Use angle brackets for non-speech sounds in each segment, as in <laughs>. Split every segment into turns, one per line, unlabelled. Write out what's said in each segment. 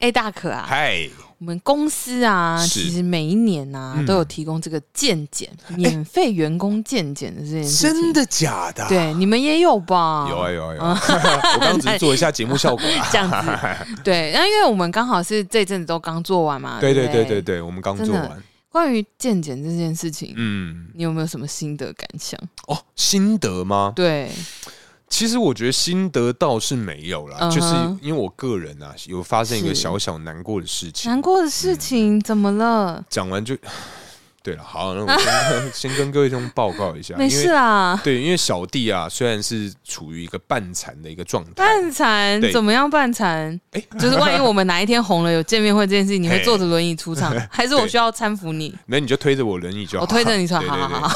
哎，大可啊，
嗨，
我们公司啊，
是嗯哎
其实每一年啊、都有提供这个健检，免费员工健检的这件事情。
真的假的？
对，嗯你们也有吧？
有啊有啊有啊！ <laughs> 我刚刚只是做一下节目效果
<laughs>
啊。
这样
<laughs>
子。对，那因为我们刚好是这阵子都刚做完嘛。
对
啊对
对
不
对对。对，我们刚做
真
完
的。关于健检这件事情，
嗯，
你有没有什么心得感想？
哦，心得吗？
对，
其实我觉得心得倒是没有啦，
嗯哼
就是因为我个人啊，有发生一个
是
小小难过的事情。
难过的
嗯
事情怎么了？
讲完就， <laughs> 对了，好，那我
<laughs>
先先跟各位听众报告一下，
没
因
事
为
啊，
<laughs> 对，因为小弟啊，虽然是处于一个半残的一个状态，
半残
对
怎么样？半残，就是万一我们哪一天红了有见面会这件事情，你会坐着轮椅出
<laughs>
场，还是我
对
需要搀扶你？
那你就推着我轮椅就好，
我推着你说，
对
好
对
好
对
好，好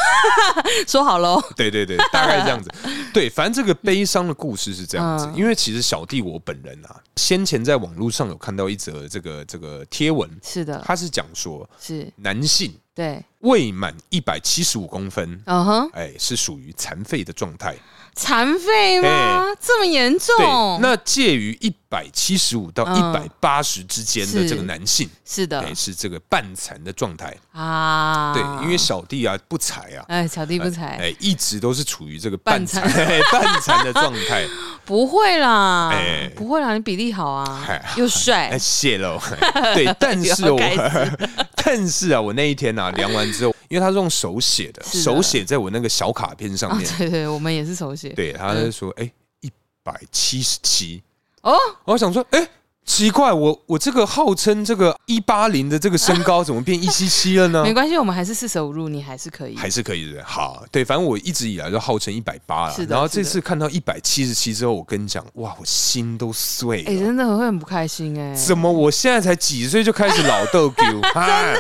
说好哦喽。
对对对，大概这样子。对，反正这个悲伤的故事是这样子，
嗯
因为其实小弟我本人啊，先前在网络上有看到一则这个这个贴文，
<laughs> 是的，
他是讲说
是
男性
对，
未满一百七十五公分。
嗯哼，
哎，是属于残废的状态。
残废吗？这么严
哎对
重，？
那介于一百七十五到一百
哦嗯
八十之间的
是
这个男性，
是的
哎，是这个半残的状态。
啊，
对，因为小弟啊不才啊，
哎，小弟不才，
哎，一直都是处于这个
半
半残 <laughs> 哎半残的状态。
不会啦
哎，
不会啦，你比例好啊
哎，
又
哎，
帅，
谢喽。
<laughs>
对，但是哦
又开
我， <laughs> 但是啊，我那一天啊量完之后，因为他是用手写的，
是的
手写在我那个小卡片上
啊
面，，
<laughs> 对对，我们也是手写，
对，他就说，哎，一百七十七。
哦，
我想说，哎、奇怪，我我这个号称这个一八零的这个身高，怎么变一七七了呢
没？关系，我们还是四舍五入，你还是可以，
嗯还是可以的，好，对，反正我一直以来都号称一百八了
是，的
然后这次看到一百七十七之后，我跟你讲，哇，我心都碎
哎，
了。
真的会很不开心哎，
怎么？我现在才几岁就开始老豆
<laughs>
Q 哈？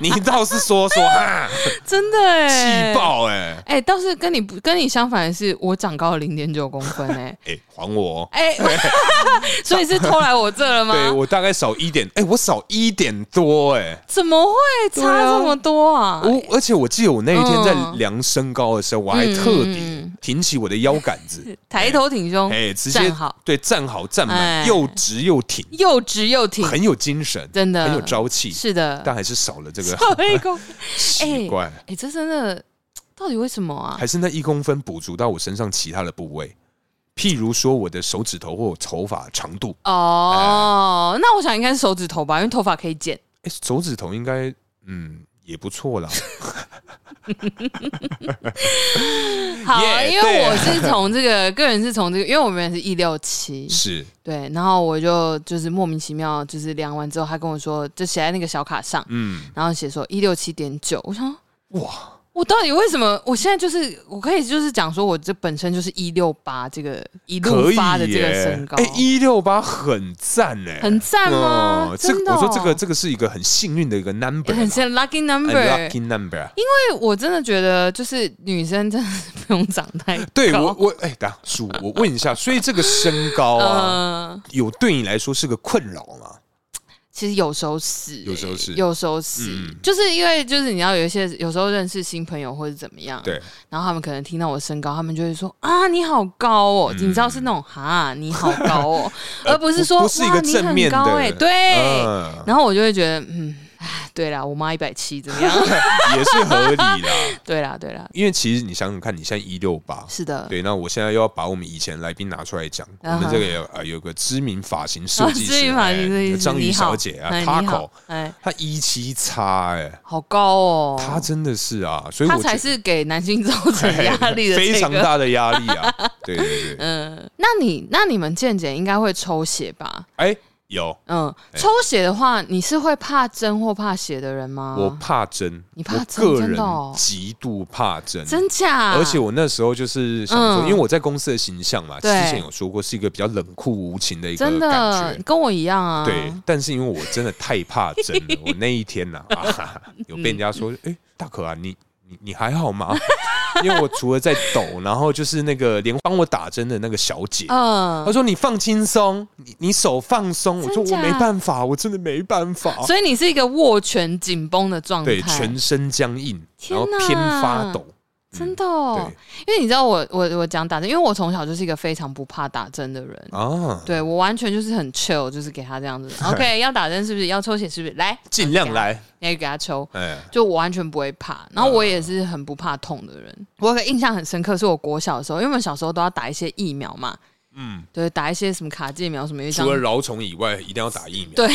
你倒是说说哈，
真的 <laughs> 哎，
气！爆哎、
哎，倒是跟你不跟你相反的是，我长高了零点九公分
<laughs>
哎
哎、还我哦！
哎， <laughs> 所以是偷来我这了吗？
对我大概少一点，哎、我少一点多哎、
怎么会差这么多啊？
我而且我记得我那一天在
嗯
量身高的时候，我还特地
嗯
挺起我的腰杆
<laughs>
子，
抬头挺胸，
哎，直接
站好，
对，站好站满，
哎
又直又挺，
又直又挺，
很有精神，
真的
很有朝气，
是的。哎
但还是少了这个
少了一公，
奇怪，
<laughs> 哎，这真的到底为什么啊？
还是那一公分补足到我身上其他的部位，譬如说我的手指头或我头发长度，
哦，那我想应该是手指头吧，因为头发可以剪。
哎，手指头应该嗯也不
<laughs>
错啦，
好
Yeah，
因
对
为
啊 <laughs>
我是从这个个人是从这个，因为我们是一六七，
是
对，然后我就就是莫名其妙就是量完之后，他跟我说就写在那个小卡上， <laughs>
嗯
然后写说一六七点九，我想说
哇
我到底为什么？我现在就是我可以就是讲说，我这本身就是一六八这个一
可
路
以
发的这个
耶
身高，
哎一六八很赞哎，
很赞吗？
哦这
真的
个
哦、
我说这个这个是一个很幸运的一个
<laughs>
number，
很
啦
像 lucky
，a
number，
lucky number。
因为我真的觉得就是女生真的是不用长太高，
对我我哎，打叔，我问一下，所以这个身高啊，
<laughs> 呃，
有对你来说是个困扰吗？
其实有时候是、
有时候是
有时候是，
嗯
就是因为就是你要有一些有时候认识新朋友或者怎么样，
对，
然后他们可能听到我身高，他们就会说啊你好高哦，你知道是那种哈你好高
<laughs>
哦，而不是说
嗯不不是一个
哇你
正面
很
的
高哎、对。
嗯，
然后我就会觉得，嗯，唉对啦，我妈一百七怎么样？ <laughs>
也是合理啦。
对啦，对啦，
因为其实你想想看，你现在一六八，
是的， <laughs>
对，那我现在又要把我们以前来宾拿出来讲，我
嗯哼
们这个有呃有个知名发型设计
<laughs>
师，
啊知名发型设计
哎
师
张
你
瑜
好
小姐啊
哎你
，Taco，
好哎，
她一七叉哎，
好高哦，
她真的是啊，所以
他
我觉
才
得
是给男性造成压力的、这个
<laughs> 非常。大的压力
<laughs>
啊，对对对，
嗯，那你那你们健检应该会抽血吧？
哎，有。
嗯，
哎
抽血的话，你是会怕针或怕血的人吗？
我怕针，
啊你怕针
我个
真
人
的哦
极度怕针，
真假？
而且我那时候就是想说，
嗯
因为我在公司的形象嘛，之
对
前有说过是一个比较冷酷无情的一
真
个
的
感觉。
跟我一样啊。
对，但是因为我真的太怕针了，我那一天
<laughs>
呐、啊哈哈，有被人
嗯
家说，哎、大可啊，你你你还好吗？因为我除了在抖，然后就是那个连帮我打针的那个小姐，
嗯
她，说你放轻松，你你手放松。我说
真
我
假
没办法，我真的没办法。
所以你是一个握拳紧绷的状态，
对，全身僵硬，
天
然后偏发抖，
真的、哦
对，
因为你知道我我我讲打针，因为我从小就是一个非常不怕打针的人，
啊，
对我完全就是很 chill，就是给他这样子
<laughs>
，OK，要打针是不是？要抽血是不是？来，
尽量
给他，
来，
你要给他抽。
哎，
就我完全不会怕，然后我
嗯
也是很不怕痛的人。我有个印象很深刻，是我国小的时候，因为我们小时候都要打一些疫苗嘛，
嗯，
对，打一些什么卡介苗什么，有一张 <laughs>
除了饶虫以外，一定要打疫苗。
对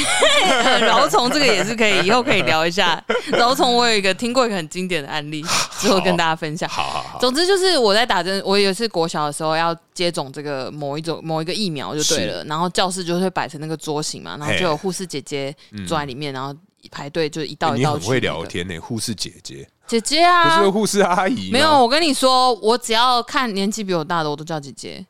饶虫这个也是可以，以后可以聊一下。饶虫我有一个听过一个很经典的案例，之后跟大家分享。
好好好，
总之就是我在打针，我也是国小的时候要接种这个某一种某一个疫苗就对了，然后教室就会摆成那个桌型嘛，然后就有护士姐姐坐在里面，然后排队就一道一
嗯欸你
道
很
去、
会聊，天呢，护士姐姐，
姐姐
不
啊
是，护士阿姨吗，哦
没有，我跟你说，我只要看年纪比我大的，我都叫姐姐，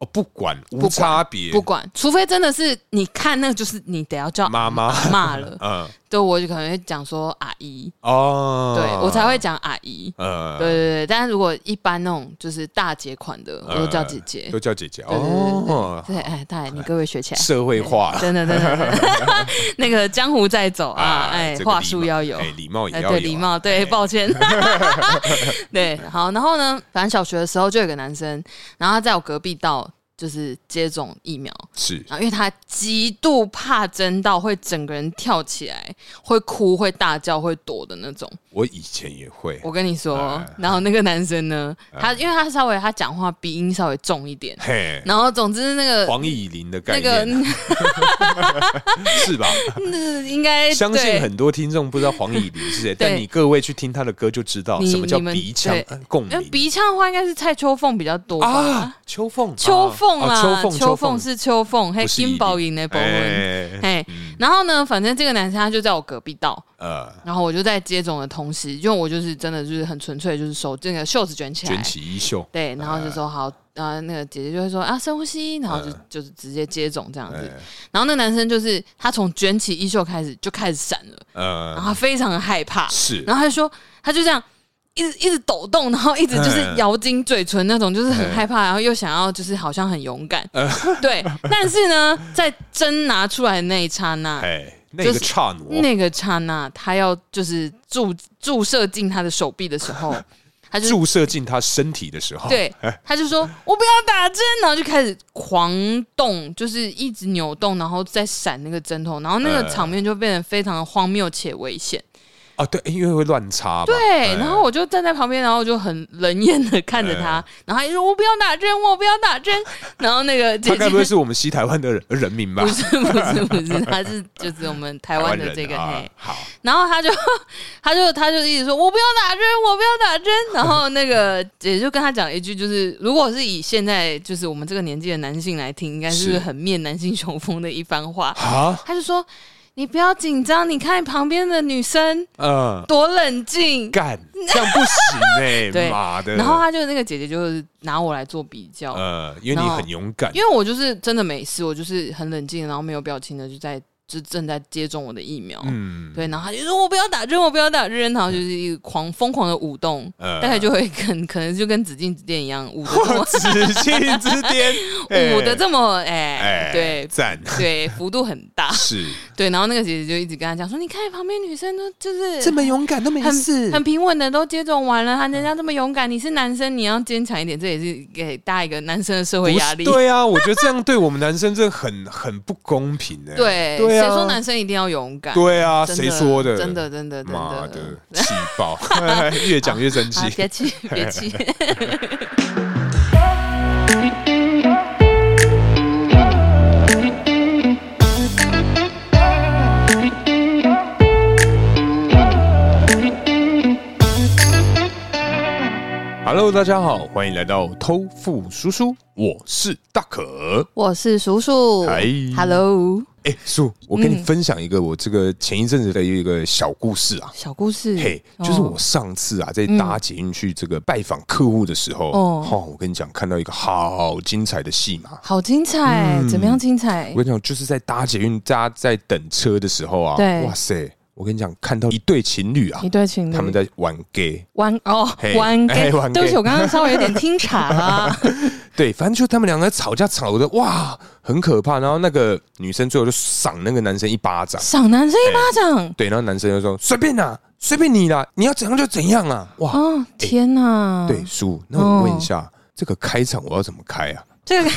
哦，不管无
管
差别，
不管，除非真的是你看那个就是你得要叫 <laughs>
妈妈，
骂了，
嗯，
对，我就可能会讲说阿姨，
哦，
对我才会，讲阿姨。对
呃，
对对，但是如果一般那种就是大姐款的，我都叫姐姐
呃都。叫姐姐
对对对对
哦，
对，哎，大爷，你各位学起来，
社会化
真的真的，真的那个江湖在走啊，哎
这，个
话
礼
术
貌
要有
哎，，礼貌也
哎，
要有
对，礼貌，对，
哎
抱
<laughs>
歉， <laughs> 对，好，然后呢，反正小学的时候就有个男生，然后他在我隔壁道就是接种疫苗，
是
然后因为他极度怕针到会整个人跳起来，会哭、会大叫、会躲的那种。
我以前也会，
我跟你说
哎，
然后那个男生呢，他因为他稍微他讲话鼻音稍微重一点，
嘿，
然后总之那个
黄以玲的概
那个哎
念是吧？
<laughs> 那应该
相
对
信很多听众不知道黄以玲是谁，但
对
你各位去听她的歌就知道
你
什么叫
你们
鼻腔
对
呃共
因为
鸣
鼻腔的话应该是蔡秋凤比较多吧。
啊。秋凤，
秋凤
啊
啦，
哦秋凤，
秋凤是秋凤，嘿，
不是
金宝
一
银的宝文，
哎
嘿
嗯，
然后呢，反正这个男生他就在我隔壁道，
呃，
然后我就在接种的同时，因为我就是真的就是很纯粹，就是手这个袖子卷起
卷
来，
起哎衣袖，
对，然后就说好，呃，那个姐姐就会说啊，深呼吸，然后就
嗯
就是直接接种这样子，
哎
然后那男生就是他从卷起衣袖开始就开始闪了，然后
呃，
他非常害怕，
是
然后他就说，他就这样一直一直抖动，然后一直就是
嗯
咬紧嘴唇那种，就是很
嗯
害怕，然后又想要就是好像很勇敢， <laughs> 对。但是呢，在针拿出来的那一刹那，
哎，那
就
个
是
刹那，
那个刹那，他要就是注注射进他的手臂的时候，他就
注射哦哎进她身体的时候，
对，他就说我不要打针，然后就开始狂动，就是一直扭动，然后再闪那个针头，然后那个
嗯
场面就变得非常荒谬且危险。
啊，对，因为会乱插嘛，
对，
哎
然后我就站在旁边，然后我就很冷眼的看着他，然后他就说：“我不要打针，我不要打针。” <laughs> 然后那个姐
他
姐
该不会是我们西台湾的人人民吧
<laughs> 不？是不是不是，他是就是我们台湾的
人
这
<laughs>
个
啊
嘿，
好，
然后他就 <laughs> 他就他就一直说：“我不要打针，我不要打针。”然后那个姐姐就跟他讲了一句，就是如果是以现在就是我们这个年纪的男性来听，应该是
是
很灭男性雄风的一番
<laughs>
话。
啊，
他就说：“你不要紧张，你看旁边的女生
嗯，
多冷静。” <laughs>
干，这样不行
对
哎，妈的！
然后他就那个姐姐就是拿我来做比较，
呃，因为你很勇敢
因为我就是真的没事，我就是很冷静，然后没有表情的就在就正在接种我的疫苗。
嗯，
对，然后他就说：“我不要打针，我不要打针。”然后就是一个狂疯狂的舞动，
呃
大
<laughs>
概就会跟可能就跟紫禁之巅一样舞的
紫禁之
<laughs>
巅，哎
舞的这么哎、
哎，
对
赞
对，幅度很大。
是
<laughs> 对，然后那个姐姐就一直跟他讲说：“你看旁边女生都就是
么嗯勇敢，那么
很很平稳的都接种完了，他人家这么勇敢，你是男生，你要坚强一点，这也是给大家一个男生的社会压力。
对啊，我觉得这样对我们男生真的很很不
<laughs>
公平哎，
对，
对啊
谁说男生一定要勇敢？
对啊，
真
谁说的？
真的，真的，真
妈
的。
的，气爆， <laughs> 越讲越生
啊，
气。
别
<laughs>
气，别气。
Hello，大家好，欢迎来到偷富叔叔，我是大可。
<laughs> 我是叔叔
嗨
哦，Hello，
哎、叔，我跟你分享一个我这个前一阵子的一个小故事啊。
小故事。
嘿、
哦嗯
就是我上次啊，在搭捷运去这个拜访客户的时候，
哦
哦我跟你讲，看到一个好精彩的戏码。
好精彩，
嗯
怎么样精彩
我？跟你讲，就是在搭捷运，大家在等车的时候啊，
对
哇塞，我跟你讲，看到一对情侣啊
一，对情侣，
他们在玩 gay，
玩哦，
嘿
玩
哎
gay。
玩 gay
对不起，我刚刚稍微有点听岔啊
<laughs>
了。
对，反正就他们两个在吵架，吵的哇，很可怕。然后那个女生最后就赏那个男生一巴掌，
赏男生一巴掌，
对，然后男生就说随便啦、随便你啦，你要怎样就怎样啊！哇，
哦，天哪！
对，叔，那我问一下，这个开场我要怎么开啊？
这
<laughs>
个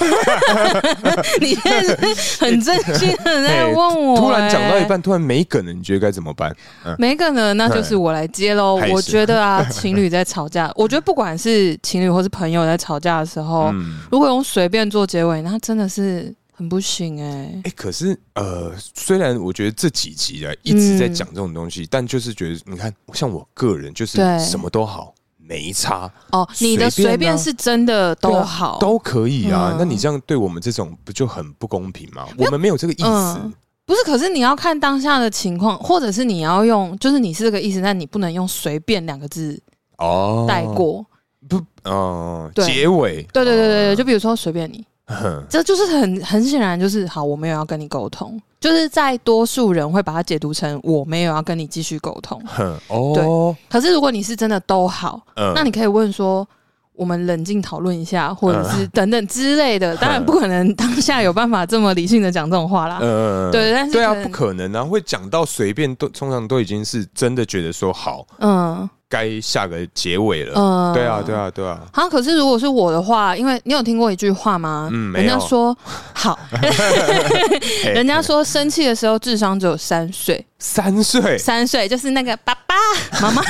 <laughs> 你现在是很真心的在问我、
哎突然讲到一
欸，
半，突然没梗了，你觉得该怎么办？
没梗呢，那就是我来接喽
还。是
我觉得
<laughs>
啊，情侣在吵架，我觉得不管是情侣或是朋友在吵架的时候，
嗯，
如果用随便做结尾，那真的是很不行哎、
哎、可是呃，虽然我觉得这几集啊一直在
嗯
讲这种东西，但就是觉得，你看，像我个人就是
对
什么都好，没差，
哦，你的
随便啊
随便是真的
对
都
啊
好，
都可以啊。
嗯
那你这样对我们这种不就很不公平吗？我们没有这个意思
嗯，不是，可是你要看当下的情况，或者是你要用，就是你是这个意思，但你不能用“随便”两个字
哦，
带过。
不，哦，
对
结尾，
对对对对对，就比如说随便
<laughs>
你，
哼
这就是很很显然就是好，我没有要跟你沟通，就是在多数人会把它解读成我没有要跟你继续沟通。
哼，哦，
可是如果你是真的都好，
嗯
那你可以问说。我们冷静讨论一下，或者
嗯
是等等之类的。当然不可能当下有办法这么理性的讲这种话啦。
嗯，
对，但是
对啊
可，能
不可能啊，会讲到随便都通常都已经是真的觉得说好，
嗯
该下个结尾了。
嗯，
对啊，对啊，对啊，
好，可是如果是我的话，因为你有听过一句话吗？
嗯没
人家
有
说
<laughs>
好， <laughs>
嘿
人家说生气的时候智商只有三岁，
三岁
三岁就是那个爸爸、妈妈、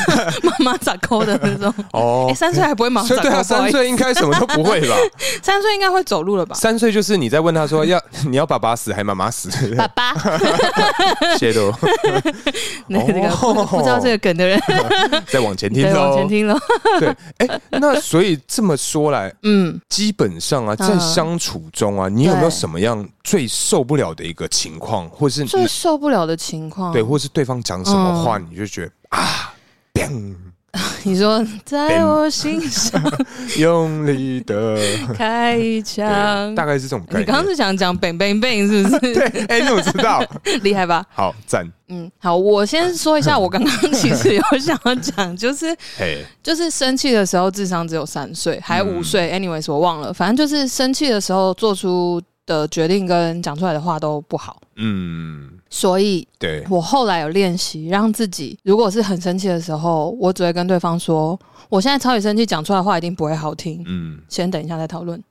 妈妈咋抠的那种。
<laughs> 哦
哎、，三岁还不会马
所
上咋
以对
抠，
啊，
不好
三
意思
岁应该什么都不会
<laughs>
吧？
三岁应该会走路了吧？
三岁就是你在问他说要 <laughs> 你要爸爸死还是妈妈死，
爸爸，
<laughs> 谢喽，
<laughs> 那个不不知道这个梗的人，
<laughs> 再往前听
对，往
喽
前。哦 <laughs> 听了。
<laughs> 对，哎，那所以这么说来，
嗯，
基本上啊，在
嗯
相处中啊，你有没有
对
什么样最受不了的一个情况，或是
最受不了的嗯情况，
对，或是对方讲什么话，你就觉得啊，砰
你说在我心上
用力的，
<laughs> 开一枪 <laughs>
对，大概是这种
你
概念。
刚刚是想讲 bang bang bang 是不 <laughs> 是？
对，哎、你怎么知道？
厉害吧？ <laughs>
好赞，
嗯，好，我先说一下，我刚刚其实有想要 <laughs> 讲，就是
嘿，
就是生气的时候智商只有三岁，还五岁、a n y w a y s 我忘了，反正就是生气的时候做出的决定跟讲出来的话都不好，
嗯，
所以
对，
我后来有练习让自己，如果是很生气的时候，我只会跟对方说，我现在超级生气，讲出来的话一定不会好听，
嗯，
先等一下再讨论。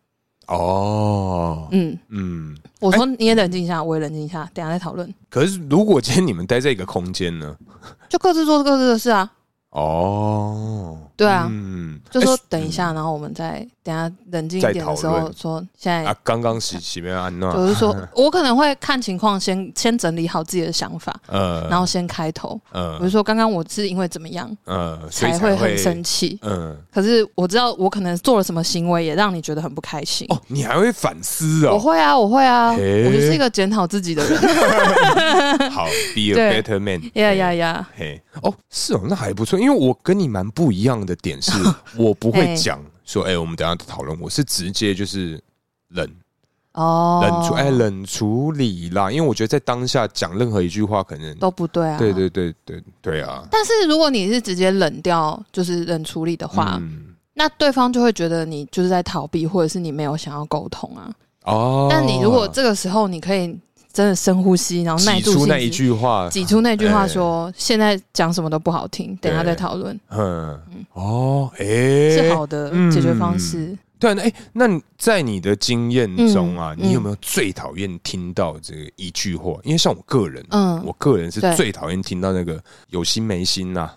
哦，
嗯，
嗯。
我说你也冷静一下，我也冷静一下，等一下再讨论，
可是如果今天你们待在一个空间呢？
就各自做各自的事啊。
哦，
对啊，
嗯，
就说
哎
等一下，然后我们再等一下冷静一点的时
再讨
候
论
说现在
啊，，刚刚洗洗面啊安娜，
我是说我可能会看情况先先整理好自己的想法，
呃，
然后先开头。我是
呃
说刚刚我是因为怎么样
呃，所以
才会很生，气，
嗯，
可是我知道我可能做了什么行为也让你觉得很不开心。
哦，你还会反思哦
我，会啊，我会啊，
嘿
我就是一个检讨自己的人。
<laughs> 好，be a
对
better man，
呀呀呀！
嘿，哦，是哦，那还不错，因为我跟你蛮不一样的
<laughs>
点是，我不会
嘿
讲说，哎、我们等一下讨论，我是直接就是冷
哦，
冷处，哎、冷处理啦，因为我觉得在当下讲任何一句话，可能、
都不对啊。
对。对对对对啊，
但是如果你是直接冷掉，就是冷处理的话，
嗯，
那对方就会觉得你就是在逃避，或者是你没有想要沟通啊。
哦，
但你如果这个时候，你可以真的深呼吸，然后耐
挤
住
出
性
那一
子，
句话，哎
挤出那句话说：“现在讲什么都不好听，等一下
对
再讨论。
嗯，哦，哎、
是好的
嗯
解决方式。
对啊，哎、那你在你的经验中啊，
嗯
你有没有最讨厌听到这个一句话？因为像我个人，
嗯
我个人是
对
最讨厌听到那个有心没心呐、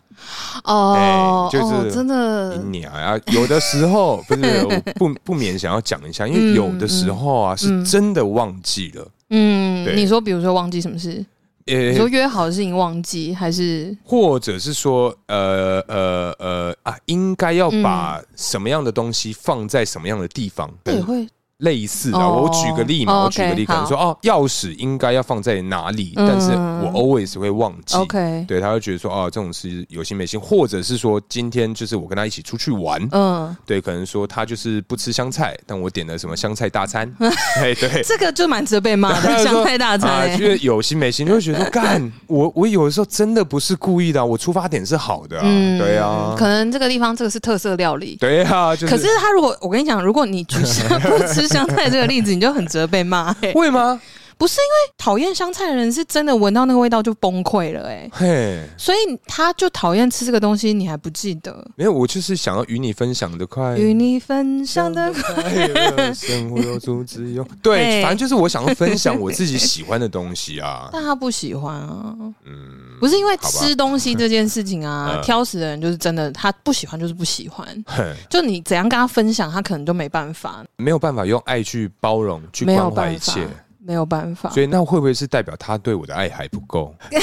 哦，
哎就是
哦，真的，
你娘啊！有的时候不是我不不免想要讲一下，因为
嗯
有的时候啊、是真的忘记了，
嗯，
对
你说，比如说忘记什么事？
呃、
嗯你说约好的事情忘记，还是
或者是说呃呃呃啊，应该要把
嗯
什么样的东西放在什么样的地方。
也会
类似的，
哦
我举个例嘛，
哦
我举个例，
OK，
可能说哦，钥匙应该要放在哪里，
嗯
但是我 always 会忘记。
OK？
对，他会觉得说哦，这种是有心没心，或者是说今天就是我跟他一起出去玩，
嗯，
对，可能说他就是不吃香菜，但我点了什么香菜大
<laughs>
餐，哎，对。
这个就蛮值得被
<laughs>
骂
他
的，
就说
香菜大餐
啊，
欸。
就是有心没心，就会
<laughs>
觉得说干我，我有的时候真的不是故意的啊、我出发点是好的啊，对啊
嗯可，能这个地方这个是特色料理，
对啊，就
可是 <laughs>
<laughs>
他如果我跟你讲，如果你举不吃香菜这个例子，你就很值得被骂、欸。
会吗？
不是因为讨厌香菜的人是真的闻到那个味道就崩溃了、欸，哎，
嘿，
所以他就讨厌吃这个东西，你还不记得？
没有，我就是想要与你分享的快
与你分享的
<laughs> 快乐，哎生活有足
<laughs>
之用。对，
嘿
反正就是我想要分享
<laughs>
我自己喜欢的东西啊。
但他不喜欢啊，
嗯，
不是因为
好吧
吃东西这件事情啊，
<laughs> 嗯
挑食的人就是真的，他不喜欢就是不喜欢，
嘿
就你怎样跟他分享，他可能就没办法，
没有办法用爱去包容、去
没有
关怀
办
一
法
切。，
没有办法
所。以那会不会是代表他对我的爱还不
<laughs>
够？
嗯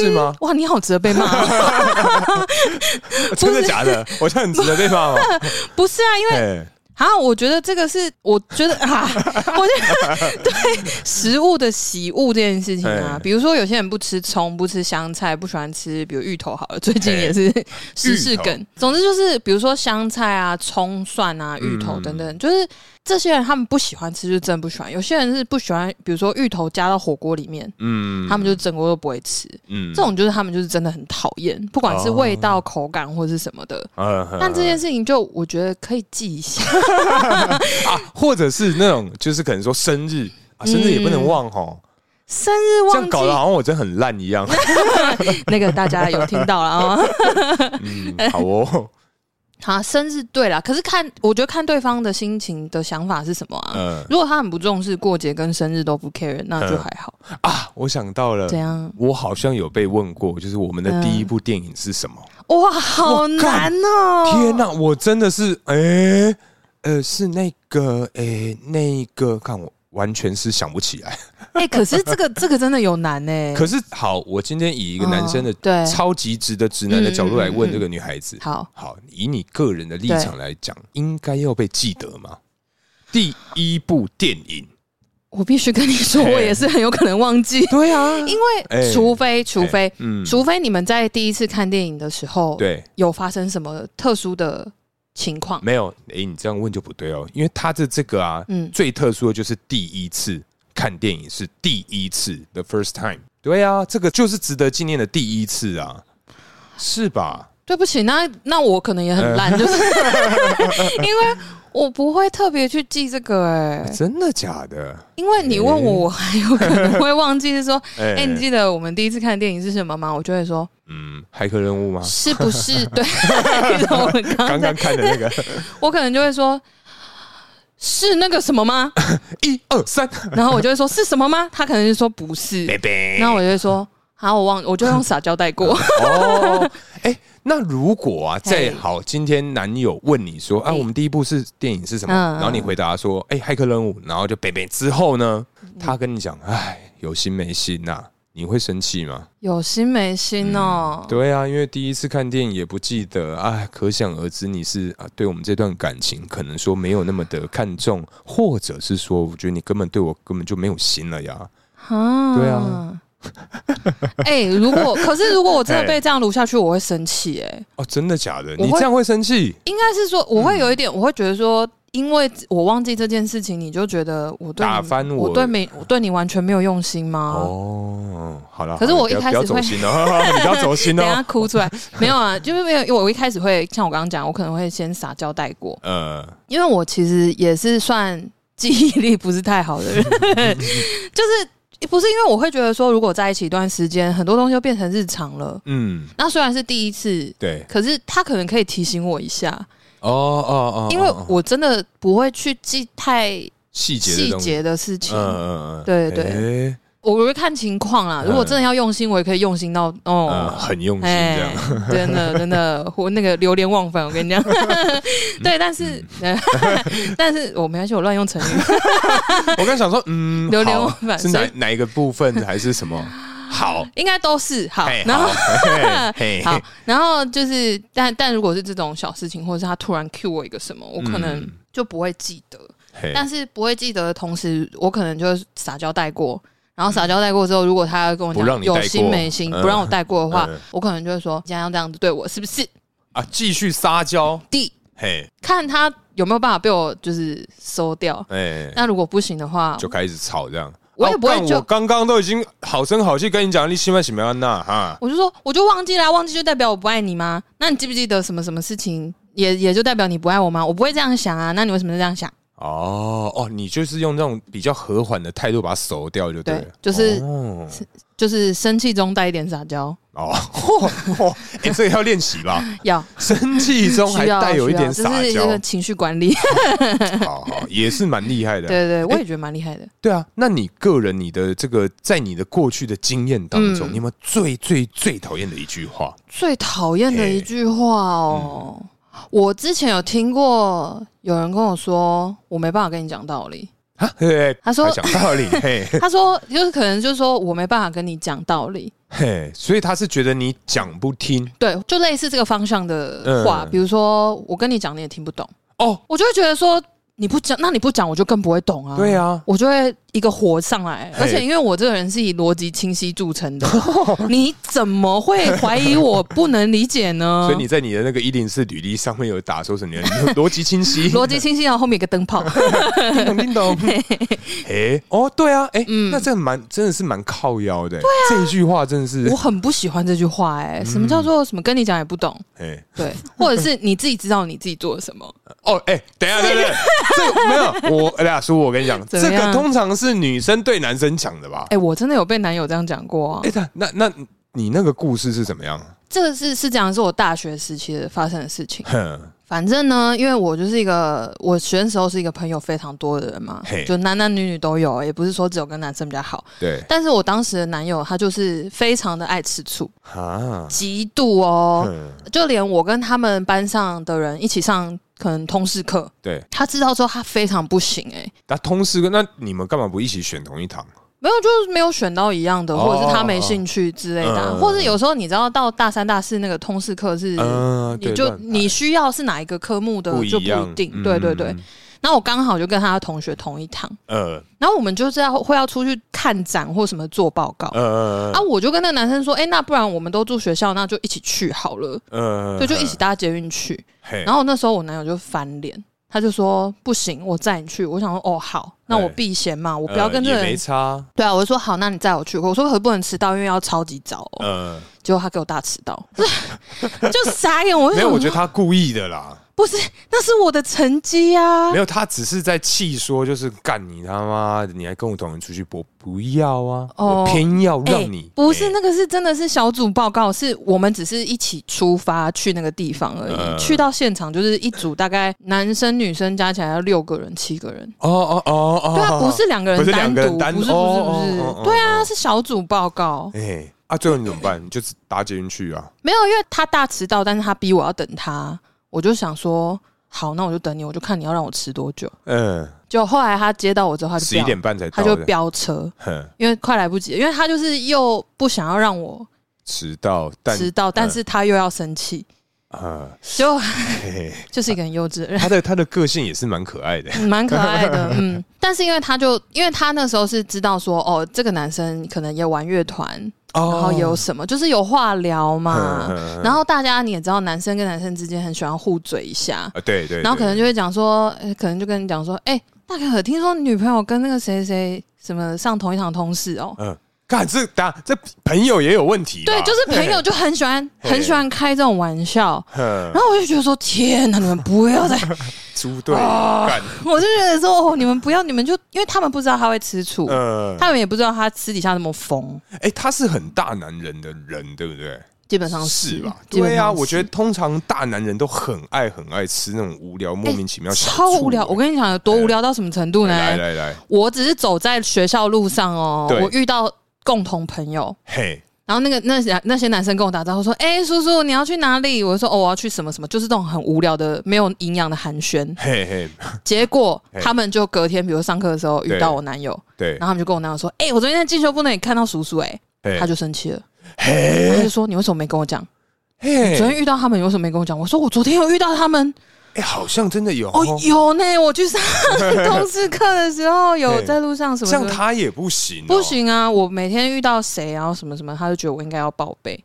是吗？
哇，你好值得被骂、啊！ <laughs>
真的假的？我像很值得被骂吗？
不是啊，因为
嘿，
啊，我觉得这个是，我觉得 <laughs> 啊，我觉得 <laughs> 对食物的喜恶这件事情啊
哎，
比如说有些人不吃葱，不吃香菜，不喜欢吃，比如芋头好了，最近
哎
也是 <laughs> 时
芋
事
头
梗。总之就是，比如说香菜啊、葱、蒜啊、芋头
嗯
等等，就是这些人他们不喜欢吃，就真的不喜欢。有些人是不喜欢，比如说芋头加到火锅里面，
嗯
他们就整锅都不会吃。
嗯
这种就是他们就是真的很讨厌，不管是
哦
味道、口感或是什么的。
呃
但这件事情就我觉得可以记一下。
啊或者是那种就是可能说生日啊，生日也不能忘哦，
生日嗯
这
忘
样
记
搞得好像我真的很烂一样。
<laughs> 那个大家有听到了啊？
嗯，好哦，
<laughs> 好，生日对了，可是看我觉得看对方的心情的想法是什么啊？ <laughs>
嗯
如果他很不重视过节跟生日都不 care，那就还好。
啊，我想到了
怎。样？
我好像有被问过，就是我们
嗯
的第一部电影是什么？
哇，好难哦、
天啊哪、我真的是，哎、呃，是那个，哎、那个，看我完全是想不起来。
哎、可是这个这个真的有难欸呢、
可是好，我今天以一个男生的、
哦对嗯
超级直的直男的角度来问这个女孩子，
好，
好，以你个人的立场来讲，应该要被记得吗？第一部电影，
我必须跟你说，
嘿
我也是很有可能忘
<laughs>
记，
对啊，
因为、
哎
除非除非、
嗯
除非你们在第一次看电影的时候，
对，
有发生什么特殊的情况，
没有，哎、你这样问就不对哦，因为他的这个啊，
嗯
最特殊的就是第一次看电影是第一次，the first time，对啊，这个就是值得纪念的第一次啊，是吧？
对不起，那那我可能也很烂，就是
哎
<laughs> 因为我不会特别去记这个哎、
真的假的？
因为你问我，我还有可能会忘记，是说，
哎
哎、你记得我们第一次看的电影是什么吗？我就会说，
嗯，骇客任务吗？
是啊不是？
<laughs>
对，你知道我刚
刚
刚
刚
在，
看的那个
我可能就会说。是那个什么吗？
<laughs> 一二三，
然后我就会说是什么吗？他可能就说不是，
拜拜。
然后我就会说好，我忘，我就用撒娇带过。
哦，哎、那如果啊，
嘿
再好，今天男友问你说啊，
嗯
我们第一部是电影是什么？
嗯
然后你回答说，哎、骇客任务，然后就北北之后呢，
嗯
他跟你讲，哎，有心没心呐、你会生气吗？
有心没心哦、
对啊，因为第一次看电影也不记得，哎，可想而知你是啊，对我们这段感情可能说没有那么的看重，或者是说，我觉得你根本对我根本就没有心了呀。
啊
对啊。
哎、如
<laughs>
果可是如果我真的
哎
被这样撸下去，我会生气哎、
哦，真的假的？
会
你这样会生气？
应该是说，我会有一点，我会觉得说，因为我忘记这件事情，你就觉得我对你
打翻我
我对没我对你完全没有用心吗？
哦，好了，
啊可是
好了
我
不要
一开
不要
始
走
会
心哦， <laughs> 你不要走
<laughs>
心
等一下
哦。
哭出
<laughs>
来没有啊？就是没有，因为我一开始会像我刚刚讲，我可能会先撒娇带过，
呃，
因为我其实也是算记忆力不是太好的
<laughs>
人，就是不是因为我会觉得说，如果在一起一段时间，很多东西就变成日常了。
嗯，
那虽然是第一次，
对，
可是他可能可以提醒我一下，
哦哦哦，
因为
哦
我真的不会去记太
细节的
细
东西，
节的事情。
嗯嗯嗯，
对对
对，
我会看情况啦，
嗯
如果真的要用心，我也可以用心到
嗯，
哦。
很用心这
哎
样，，
真的
<laughs>
真的，我那个流连忘返，我跟你讲，对，但是，
嗯
<laughs> 但是我没关系，我乱用成语，
我刚想说，
<laughs>
嗯，
流连
好
忘返
是哪
所以
<laughs> 哪一个部分还是什么？好，
应该都是好
嘿，，
然后 <laughs>
好，嘿嘿
好
嘿，
然后就是，但但如果是这种小事情，或者是他突然 cue 我一个什么，我可能
嗯
就不会记得，
嘿
但是不会记得的同时，我可能就会撒娇带过。然后撒娇带过之后，如果他要跟我
不让
讲
你带过
有心没心，
嗯
不让我带过的话，
嗯
我可能就会说：“你今天要这样子对我，是不是
啊，继续撒娇，？”
第
嘿，
看他有没有办法被我就是收掉。
哎，
那如果不行的话，
就开始吵这样。
我也
啊
不会
干
就
我刚刚都已经好声好气跟你讲，你喜欢什么样那哈？
我就说我就忘记啦，忘记就代表我不爱你吗？那你记不记得什么什么事情也也就代表你不爱我吗？我不会这样想啊，那你为什么这样想？
哦哦，你就是用这种比较和缓的态度把它熟掉就对了
对，就是
哦
就是生气中带一点撒娇，
哦， <laughs> 嚯嚯哎，这个要练
<laughs>
习吧？
要
生气中还
需要
带有一点
需要
撒
这是一
娇
个，情绪管理。
好
<laughs>
好，也是蛮厉害的。
对对对，我也觉得蛮厉害的。
对啊，那你个人你的这个在你的过去的经验当中，
嗯
你有没有最最最讨厌的一句话？
最讨厌的一句话哦，
嗯
我之前有听过有人跟我说，我没办法跟你讲道
<laughs>
理。
啊，嘿
他说
还讲道理，嘿
他说就是可能就是说我没办法跟你讲道理，
嘿，所以他是觉得你讲不听
对，就类似这个方向的话，
嗯
比如说我跟你讲你也听不懂，
哦，
我就会觉得说你不讲，那你不讲我就更不会懂啊。
对。啊，
我就会一个火上来，
嘿
而且因为我这个人是以逻辑清晰著称的，
<laughs>
你怎么会怀疑我不能理解呢
<laughs> 所以？你在你的那个一零四履历上面有打说什么？你的逻辑清晰，
逻辑清晰，然后后面有个灯泡，
听懂听懂。哎，哦，对啊，哎，那这蛮真的是蛮靠腰的，对啊，这一句话真的是
我，很不喜欢这句话、
嗯
哎，什么叫做什么跟你讲也不
<laughs>
懂？
哎，
对，或者是你自己知道你自己做了什么，
哦，哎，等一下，等一下，这个没有我，哎呀，叔，我跟你讲，
怎
这
么
个
样
通常是女生对男生讲的吧
哎、？我真的有被男友这样讲过啊
哎、。他那那你那个故事是怎么样？
这个是是这样，是我大学时期的发生的事情。
哼，
反正呢，因为我就是一个我学生时候是一个朋友非常多的人嘛
嘿，
就男男女女都有，也不是说只有跟男生比较好。
对
但是我当时的男友他就是非常的爱吃醋，
啊，
极度哦，
嗯，
就连我跟他们班上的人一起上可能通识课，
对，
他知道之后他非常不行哎、
那通识跟那你们干嘛不一起选同一堂？
没有，就是没有选到一样的，
哦
或者是他没兴趣之类的啊、
哦嗯
或者有时候你知道到大三、大四那个通识课是，
嗯、对，
你就
乱排
你需要是哪一个科目的
不
就
一
不
样，
一定，
嗯
对对对。，那我刚好就跟他的同学同一堂，
呃
然后我们就是要会要出去看展或什么做报告、
呃
啊，我就跟那个男生说，哎、那不然我们都住学校，那就一起去好了，
呃
对，就一起，搭捷运去。
嘿
然后那时候我男友就翻脸。他就说不行，我载你去。我想说哦好，那我
对
避嫌嘛，我不要跟这
呃
个
也
人
没差，
对啊，我就说好，那你载我去。我说可不能迟到，因为要超级早、哦。
呃，
结果他给我大迟到， <laughs> 就傻眼。我就
没有，
想
我觉
说
得他故意的啦。
不是，那是我的成绩啊
没。有，他只是在气说，就是干你他妈的，你还跟我同人出去，我不要啊，
哦
我偏要
哎
让你。
不是
哎
那个是真的是小组报告，是我们只是一起出发去那个地方而已。
嗯
去到现场就是一组，大概男生女生加起来要六个人、七个人。
哦哦哦哦，
对啊，不是两个人
不是两
单
个人
独，
单
不是
哦
不是
哦
不是，
哦哦
对啊，是小组报告。
哎、啊，最后你怎么办？你就只搭捷运去啊？
没有，因为他大迟到，但是他逼我要等他，我就想说，好，那我就等你，我就看你要让我迟多久。
嗯，
就后来他接到我之后，他就
十一
飙
点半才
他
到
就
的，
飙车，
哼，
因为快来不及，因为他就是又不想要让我
迟到，但
迟到，但
嗯
是他又要生气，
啊、
就
嘿嘿
就是一个很幼稚的 <laughs>
<laughs>
人。
他的他的个性也是蛮可爱的，
嗯蛮可爱的，
<laughs>
嗯，但是因为他就，因为他那时候是知道说，哦，这个男生可能也玩乐团，
哦嗯
然后有什么，就是有话聊嘛
哼哼，哼
然后大家你也知道，男生跟男生之间很喜欢互嘴一下，
啊，对对
然后可能
就
就会讲说，呃可能就跟你讲说，哎、大可听说你女朋友跟那个谁谁什么上同一堂通事哦。
嗯，干这打这朋友也有问题吧，
对，就是朋友就很喜欢
嘿
很喜欢开这种玩笑，
哼
然后我就觉得说天哪，你们不
<laughs>
要再，
嗯猪队友
哦
干，
我就觉得说哦，你们不要，你们就因为他们不知道他会吃醋，
嗯，
他们也不知道他私底下那么疯，
哎、他是很大男人的人，对不对？
基本上
是吧？
基本
对啊，
上是
我觉得通常大男人都很爱很爱吃那种无聊、莫名其妙、小
超
醋
无聊。哎
的
我跟你讲，有多无聊到什么程度
来
呢？
来来，
我只是走在学校路上哦，
对
我遇到共同朋友，
嘿，
然后那个那些那些男生跟我打招呼说：“哎、叔叔，你要去哪里？”我就说：“哦，我要去什么什么。”就是这种很无聊的、没有营养的寒暄。
嘿 <laughs> 嘿，
结果
嘿
他们就隔天，比如上课的时候
对
遇到我男友，
对
然，后他们就跟我男友说：“哎、我昨天在进修部那里看到叔叔、欸，
嘿
他就生气了，
嘿，
他就说：‘你为什么没跟我讲？
嘿，
昨天遇到他们，你为什么没跟我讲？’我说：‘我昨天有遇到他们。’
哎、好像真的有
哦，有呢，我去上
<laughs> 哦
通识课的时候，有
<laughs> 嘿
在路上什么
像
什么
他也不行、哦
不，行啊，我每天遇到谁，然后什么什么，他就觉得我应该要报备。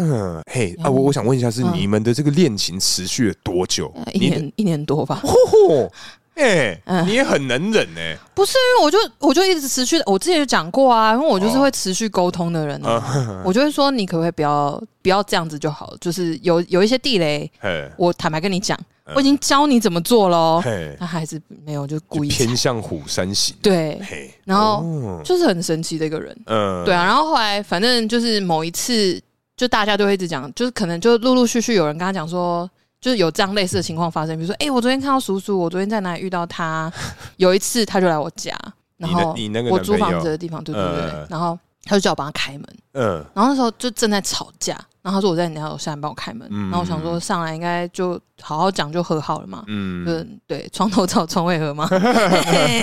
嗯，嘿啊，我我想问一下，是
嗯
你们的这个恋情持续了多久？
呃一
你 <laughs> 的，
年一年多吧，
嚯、哎、
嗯
你也很能忍呢、欸，
不是因为我就我就一直持续，我之前就讲过啊，因为我
哦
就是会持续沟通的人、啊，
嗯
<laughs> 我就会说你可不可以不要不要这样子就好，就是有有一些地雷，
嘿，
我坦白跟你讲，我已经教你怎么做喽
嗯嘿，
他还是没有，就
就
哦故意
偏向虎山行。
对，
嘿，
然后
哦
就是很神奇的一个人，
嗯，
对啊，然后后来反正就是某一次，就大家都会一直讲，就是可能就陆陆续续有人跟他讲说。就是有这样类似的情况发生，比如说，哎、我昨天看到叔叔，我昨天在哪里遇到他？有一次他就来我家，然
你那
后
你那个
我
男
租
朋
房
友
子的地方，对对对，
嗯
然后他就叫我帮他开门，
嗯，
然后那时候就正在吵架，然后他说我在你家楼下，你帮我开门。
嗯
然后我想说上来应该就好好讲就和好了嘛，
嗯，
嗯，对，床头吵床尾和嘛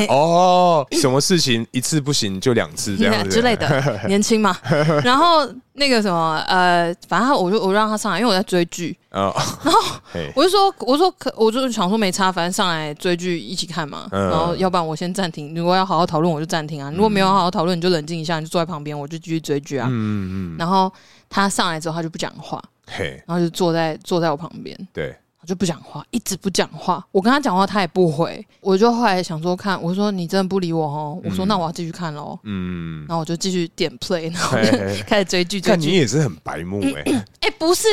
哦，什么事情一次不行就两次
<laughs>
这样子哦
之类，
<laughs>
的，年轻嘛。然后那个什么呃，反正他我就我让他上来，因为我在追剧，
啊，嘿，
我就说我说可我就想说没差，反正上来追剧一起看嘛。
嗯
然后要不然我先暂停，如果要好好讨论我就暂停啊，如果没有好好讨论你就冷静一下，你就坐在旁边，我就继续追剧啊。
嗯嗯嗯，
然后他上来之后他就不讲话，
嘿，
然后就坐在坐在我旁边。
对，
我就不讲话，一直不讲话。我跟他讲话，他也不回。我就后来想说看，我说你真的不理我哦。我说
嗯
那我要继续看喽。
嗯，
然后我就继续点 play，然后
嘿嘿嘿
就开始追剧追
看你
剧。
也是很白目哎，
哎、不是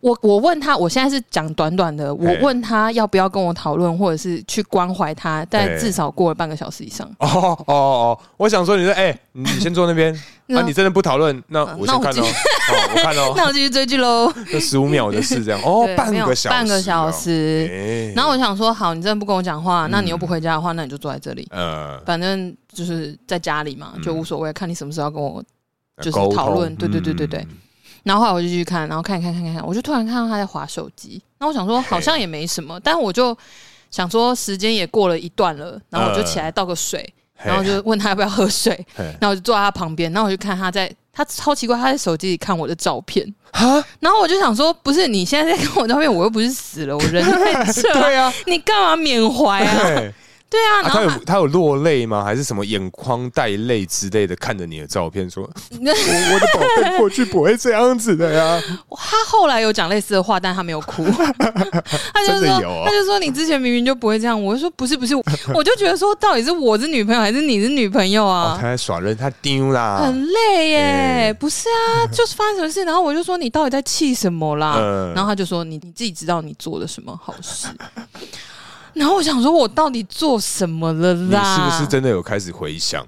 我，我问他，我现在是讲短短的，我
嘿
问他要不要跟我讨论，或者是去关怀他，但
嘿
至少过了半个小时以上。
哦哦哦，我想说你说哎，你先坐那边
那
啊，你真的不讨论，那我
嗯那
先
我
看
继
哦，好我
<laughs>
看
那
哦，
我继续追剧喽。
那十五秒的事这样，哦
对，
半
没有
个小时哦，
半个小时。
哎，嗯
然后我想说，好，你真的不跟我讲话，那你又不回家的话，那你就坐在这里。
呃，
反正就是在家里嘛，
嗯
就无所谓，看你什么时候要跟我就是
沟通
讨论对对对对，
嗯
对然后后来我就继续看，然后看看看看看，我就突然看到他在划手机。那我想说好像也没什么，但我就想说时间也过了一段了，然后我就起来倒个水，
嘿
然后就问他要不要喝水，
嘿
然后我就坐在他旁边，然后我就看他在。他超奇怪，他在手机里看我的照片， <laughs>
哈，
然后我就想说，不是你现在在看我照片，我又不是死了，我人在这，
<laughs> 对啊，
你干嘛缅怀啊？ <laughs>
对。
对啊，
啊、
然
他
后
有他有落泪吗？还是什么眼眶带泪之类的？看着你的照片说，我我的宝贝过去不会这样子的呀、
<laughs> 他后来有讲类似的话，但他没有
<laughs>
哭。他就
真
说，
的有哦
他就说你之前明明就不会这样。我就说不是不是，我就觉得说到底是我是女朋友还是你是女朋友
哦，
啊？
他在耍人，他丢啦。
很累耶，
哎
不是
<laughs>
啊，就是发生什么事，然后我就说你到底在气什么啦？
嗯
然后他就说你你自己知道你做了什么好事。然后我想说，我到底做什么了
你
啦？
是不是真的有开始回想，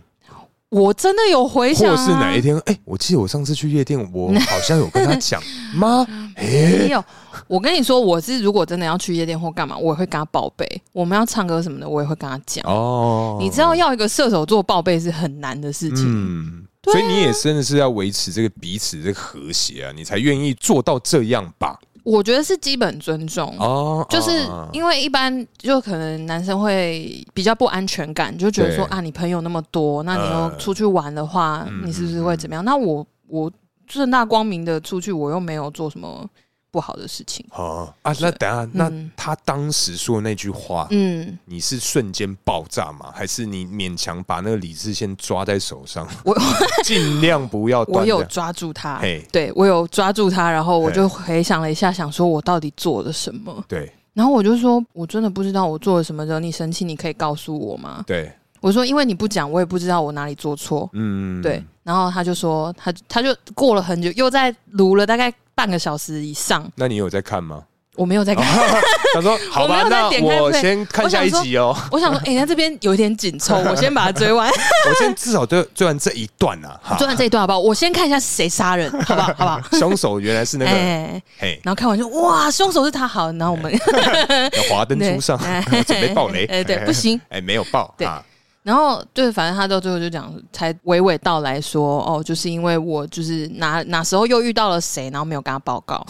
我真的有回想、啊，
或是哪一天？哎、我记得我上次去夜店，我好像有跟他
<laughs>
讲吗？
嗯
哎
没有，我跟你说，我是如果真的要去夜店或干嘛，我也会跟他报备。我们要唱歌什么的，我也会跟他讲。
哦，
你知道，要一个射手座报备是很难的事情。
嗯，
对啊
所以你也真的是要维持这个彼此这个和谐啊，你才愿意做到这样吧？
我觉得是基本尊重，
哦，
就是
哦
因为一般就可能男生会比较不安全感，就觉得说
对
啊，你朋友那么多，那你
呃
又出去玩的话，
嗯
你是不是会怎么样？那我我正大光明的出去，我又没有做什么不好的事情。
哦啊，那等一下，那
嗯
他当时说的那句话，
嗯，
你是瞬间爆炸吗？还是你勉强把那个理智线抓在手上？
我 <laughs>
尽量不要哦断
我有
掉。
抓住他，
嘿，
对我有抓住他，然后我
嘿
就回想了一下，想说我到底做了什么。
对
然后我就说，我真的不知道我做了什么惹你生气，你可以告诉我吗？
对，
我说，因为你不讲，我也不知道我哪里做错。
嗯，
对，然后他就说，他他就过了很久，又在撸了大概半个小时以上，
那你有在看吗？
我没有
哦
在看。
<laughs> 他说：“
我
好吧，
没有在
那
点开
我
play
先看下一集哦，
<laughs>
<laughs>
我想说，哎、那这边有一点紧凑，我先把它追完，
我先至少追追完这一段啊。哈
追完这一段好不好？我先看一下是谁杀人，好不好？好不好？
凶手原来是 <laughs> 那
哎、
个，嘿，
然后看完就哇，凶手是他，好，然后我们
要华灯初上，
对
<laughs> 准备爆雷。
<laughs> 哎对不行，
哎，没有爆。
对
啊
然后对，反正他到最后就讲，才娓娓道来说，哦，就是因为我就是哪哪时候又遇到了谁，然后没有跟他报告。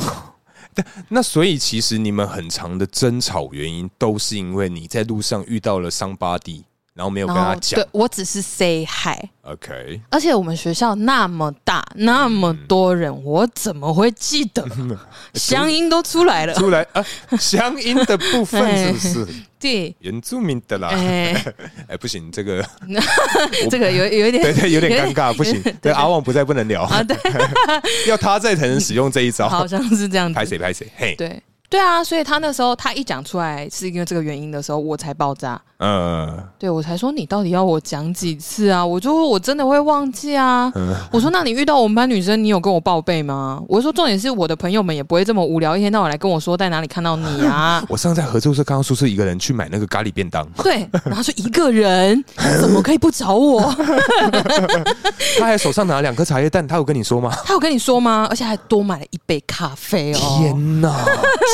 那所以其实你们很长的争吵原因都是因为你在路上遇到了桑巴蒂，然后没有
然
跟他
后
讲
哦对。我只是 say hi，
OK，
而且我们学校那么大，那么
嗯
多人，我怎么会记得？乡音都出来
<laughs>
了，
出来啊，乡音的
<laughs>
部分是不是
对，
原住民的啦？哎、
哎、
不行，这个 <laughs>
这个有有一
对
点
对有点尴
<laughs>
尬，不行。对，阿旺不在，不能聊， <laughs>
啊，对，
要他在才能使用这一招。
好像是这样
拍
子，
谁拍谁，嘿，
对。对啊，所以他那时候他一讲出来是因为这个原因的时候，我才爆炸。
嗯
对我才说你到底要我讲几次啊？我就我真的会忘记啊。
嗯。
<laughs> 我说那你遇到我们班女生，你有跟我报备吗？我说重点是我的朋友们也不会这么无聊，一天到晚来跟我说在哪里看到你啊 <laughs>
我上次在合作社看到叔叔一个人去买那个咖喱便当，
对，然后说一个人怎么可以不找我？ <laughs>
<laughs> 他还手上拿两颗茶叶蛋，他有跟你说吗？
他有跟你说吗？而且还多买了一杯咖啡哦。
天哪，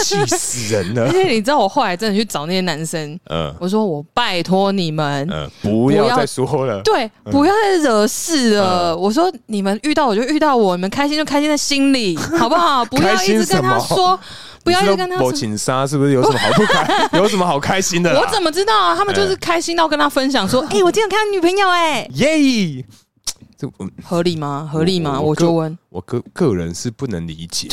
气死人
<laughs> 而 <laughs>
了！
且你知道我后来真的去找那些男生，
嗯
我说我拜托你们，
嗯，不要再说了。
对，不要再惹事了。
嗯
我说你们遇到我就遇到我，你们开心就开心在心里，好不
<laughs>
好？不要一直跟他
开心什
说，不要一直跟他说
我。请杀是不是有什么好不开？
<laughs>
有什么好开心的啦？
我怎么知道啊？他们就是开心到跟他分享
嗯
说：“哎、我今天有看到女朋友哎、
耶？这我
合理吗？ <laughs> 合理吗？”
我
我就问，
我个个人是不能理
<laughs>
解，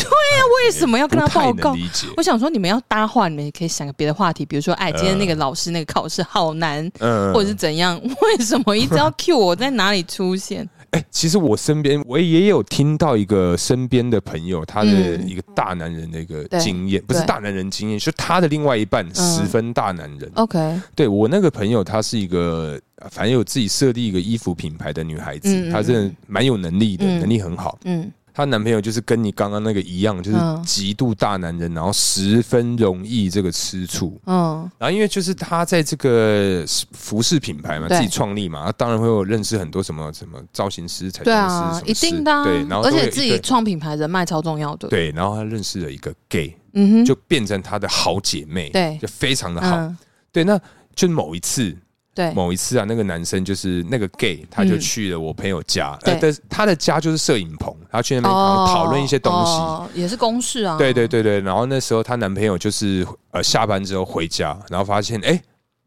为什么要跟他
不太
报告
能？理解。
我想说，你们要搭话，你们也可以想个别的话题，比如说，哎，今天那个老师那个考试好难，
嗯
或者是怎样？ <laughs> 为什么一直
<laughs>
要 cue 我在哪里出现？
哎、其实我身边我也有听到一个身边的朋友，他的
嗯
一个大男人的一个
对
经验，不是
对嗯
大男人经验，就是他的另外一半十分大男人。
OK，
对我那个朋友，她是一个呃反正有自己设立一个衣服品牌的女孩子，
嗯嗯
她真的蛮有能力的，
嗯
能力很好。
嗯，
她男朋友就是跟你刚刚那个一样，就是
嗯
极度大男人，然后十分容易这个吃醋。
嗯，
然后因为就是他在这个服饰品牌嘛，
对
自己创立嘛，他当然会有认识很多什么什么造型师、彩
对
妆师
啊
什，么
一
师
定的、啊，
对，然后
而
都会有
且
一
自己
个
创品牌人脉超重要的，，
对，然后他认识了一个 gay，
嗯哼，
就变成他的好姐妹，
对
就非常的好。
嗯，
对，那就某一次，
对，
某一次啊，那个男生就是那个 gay，他就去了我朋友家，
嗯对
呃，但是他的家就是摄影棚，他去那边好像讨论一些东西。
哦也是公事啊，
对对对对，然后那时候她男朋友就是呃下班之后回家，然后发现哎、诶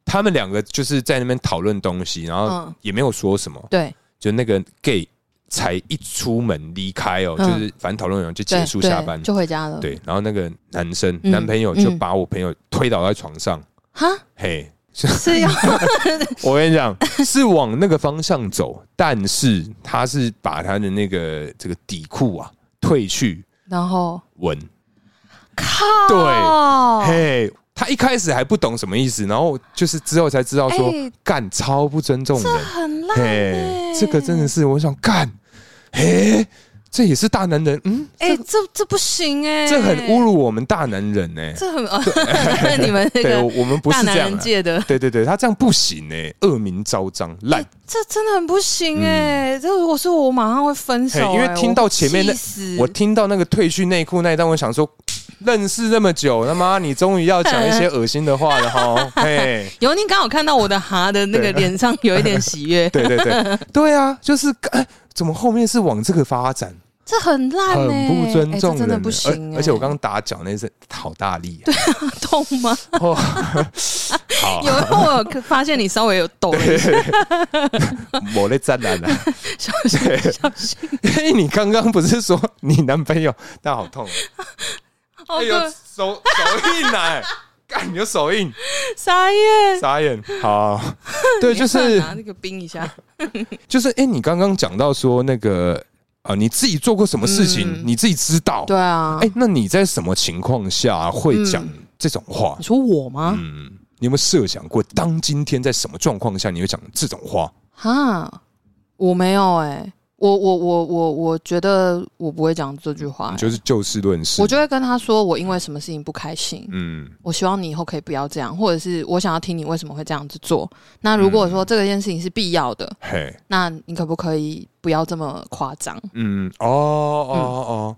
他们两个就是在那边讨论东西，然后
嗯
也没有说什么，
对
就那个 gay 才一出门离开哦，
嗯
就是反正讨论完就
对，
结束下班
对，就回家了，，
对，然后那个男生、
嗯
男朋友就
嗯
把我朋友推倒在床上，
哈， <laughs>
嘿，
是
<laughs>
要
我跟你讲， <laughs> 是往那个方向走，但是他是把他的那个这个底裤啊褪去
然后
闻，
靠，对，
嘿，他一开始还不懂什么意思，然后就是之后才知道说
哎
干、超不尊重人，
很烂、
嘿
欸，，
这个真的。是我想干，嘿，这也是大男人，嗯，
哎、这这不行哎、
这很侮，辱我们大男人呢、
这很、啊、 <laughs> 你们那
对，
个
我我们不
大
是这
男
样、
人
啊。
界的，
对对对，他这样不行呢、恶名昭彰，烂。
这真的很不行哎、这如果是我，我马上会分手、
嗯嘿因为
哎
听到前面那
我气死
我听到那个褪去内裤那一段，我想说，认识这么久，他妈你终于要讲一些恶心的话了 <laughs> 哈！嘿，
有你刚好看到我的哈的那个脸上有一点喜悦，
对对对，对啊，就是哎，怎么后面是往这个发展，
这很烂、
很
欸，
不尊
哎
重
这
人啊
真
呢，
的不行、欸
而而且我刚刚打脚那是好大力、啊，
<laughs> 痛
<laughs>
吗？
哦，好
有，我有发现你稍微有抖了一下，
我在沾染了，
小心小心，
因为 <laughs> 你刚刚不是说你男朋友，但好痛、
<laughs> 好
哎呦
的，，
手手印哎、干你的手 <laughs> 印，
傻眼。
傻眼，好，对，就
你
是哦
要拿那个冰一下，
就是，哎、你刚刚讲到说那个啊、呃你自己做过什么事情，
嗯
你自己知道。
对啊
哎、，那你在什么情况下会讲
嗯
这种话
你？说我吗？
嗯，你有没有设想过，当今天在什么状况下你会讲这种话？
哈，我没有哎、我我我我我觉得我不会讲这句话、欸
你就是就事论
哎
事。
我就会跟他说我因为什么事情不开心，
嗯
我希望你以后可以不要这样，或者是我想要听你为什么会这样子做。那如果
嗯
说这个件事情是必要的，
嘿，
那你可不可以不要这么夸张？
嗯，哦哦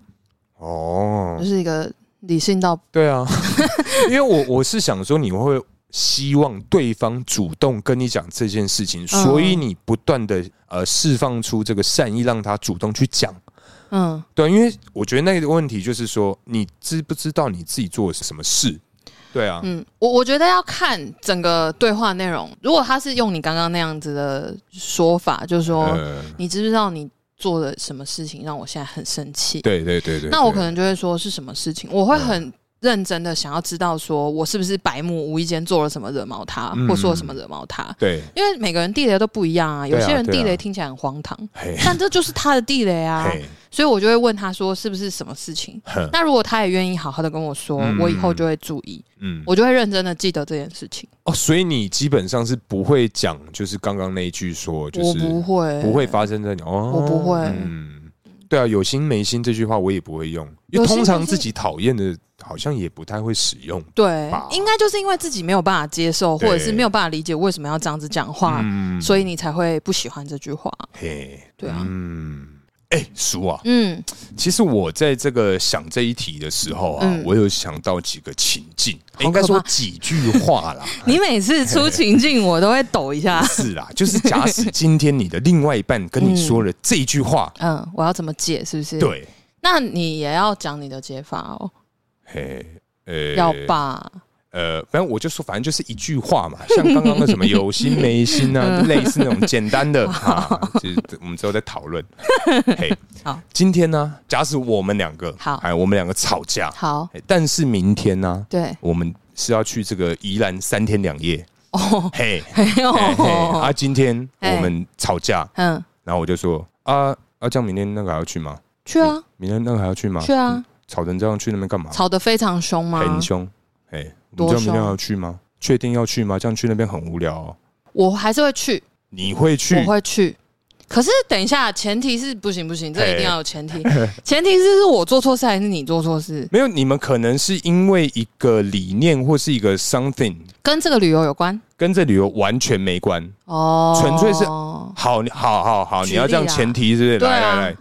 哦哦，
就是一个理性到
对啊， <laughs> 因为我我是想说，你会希望对方主动跟你讲这件事
嗯
情，所以你不断的呃释放出这个善意，让他主动去讲。
嗯，
对啊，因为我觉得那个问题就是说，你知不知道你自己做了什么事？对啊，
嗯，我我觉得要看整个对话内容。如果他是用你刚刚那样子的说法，就是说、
呃，
你知不知道你做了什么事情让我现在很生气？
对对对对，
那我
对
可能就会说是什么事情，我会很认真的想要知道，说我是不是白目无意间做了什么惹毛他，
嗯
或说了什么惹毛他。
对，
因为每个人地雷都不一样啊，有
对啊
些人
对啊
地雷听起来很荒唐，
嘿
<laughs> 但这就是他的地雷啊。
嘿，
所以我就会问他说是不是什么事情。
哼
那如果他也愿意好好的跟我说，
嗯
我以后就会注意，
嗯，
我就会认真的记得这件事情。
哦，所以你基本上是不会讲，就是刚刚那一句说，就
我
是
不会，
不会发生在你哦，
我不会
嗯，对啊，有心没心这句话我也不会用，因为
有心
通常
就是
自己讨厌的，好像也不太会使用。
对
吧，
应该就是因为自己没有办法接受，或
对
者是没有办法理解为什么要这样子讲话，
嗯，
所以你才会不喜欢这句话。
嘿，
对啊
嗯，哎，叔啊，
嗯
其实我在这个想这一题的时候啊，
嗯
我有想到几个情境，
好
应该
可
说
怕
几句
<laughs>
话啦。
你每次出情境，我都会抖一
<laughs>
下。
是啦，就是假使今天你的另外一半跟你说了这一句话，
嗯，我要怎么解？是不是？。
对，
那你也要讲你的解法哦，
嘿，呃，
要吧？
呃，反正我就说，反正就是一句话嘛， <laughs> 像刚刚的什么有心没心啊，
嗯
就类似那种简
<laughs>
单的啊，就是我们之后再讨论。嘿，
好，
今天呢，假使我们两个，
好
哎，我们两个吵架，
好，
哎但是明天呢，
对。
我们是要去这个宜兰三天两夜。
哦，
嘿，
没有
<laughs> 嘿嘿，
哦
啊，今天我们吵架，
<laughs> 嗯，
然后我就说啊啊，这样明天那个还要去吗？
去啊，
明天那个还要去吗？
去啊，
吵成这样去那边干嘛？
吵得非常凶吗？
嗯很凶，哎，你知
多
道明天
凶
要去吗？确定要去吗？这样去那边很无聊哦。
我还是会去，
你会
我
去？
会去。可是等一下，前提是不行不行，这
嘿
一定要有前
<laughs>
提。前提是是我做错事还是你做错事，
没有，你们可能是因为一个理念或是一个 something
跟这个旅游有关
跟这旅游完全没关。
哦。
纯粹是好，你好好好，
举
你
例啊
要这样前提是不是？
对啊
来来来，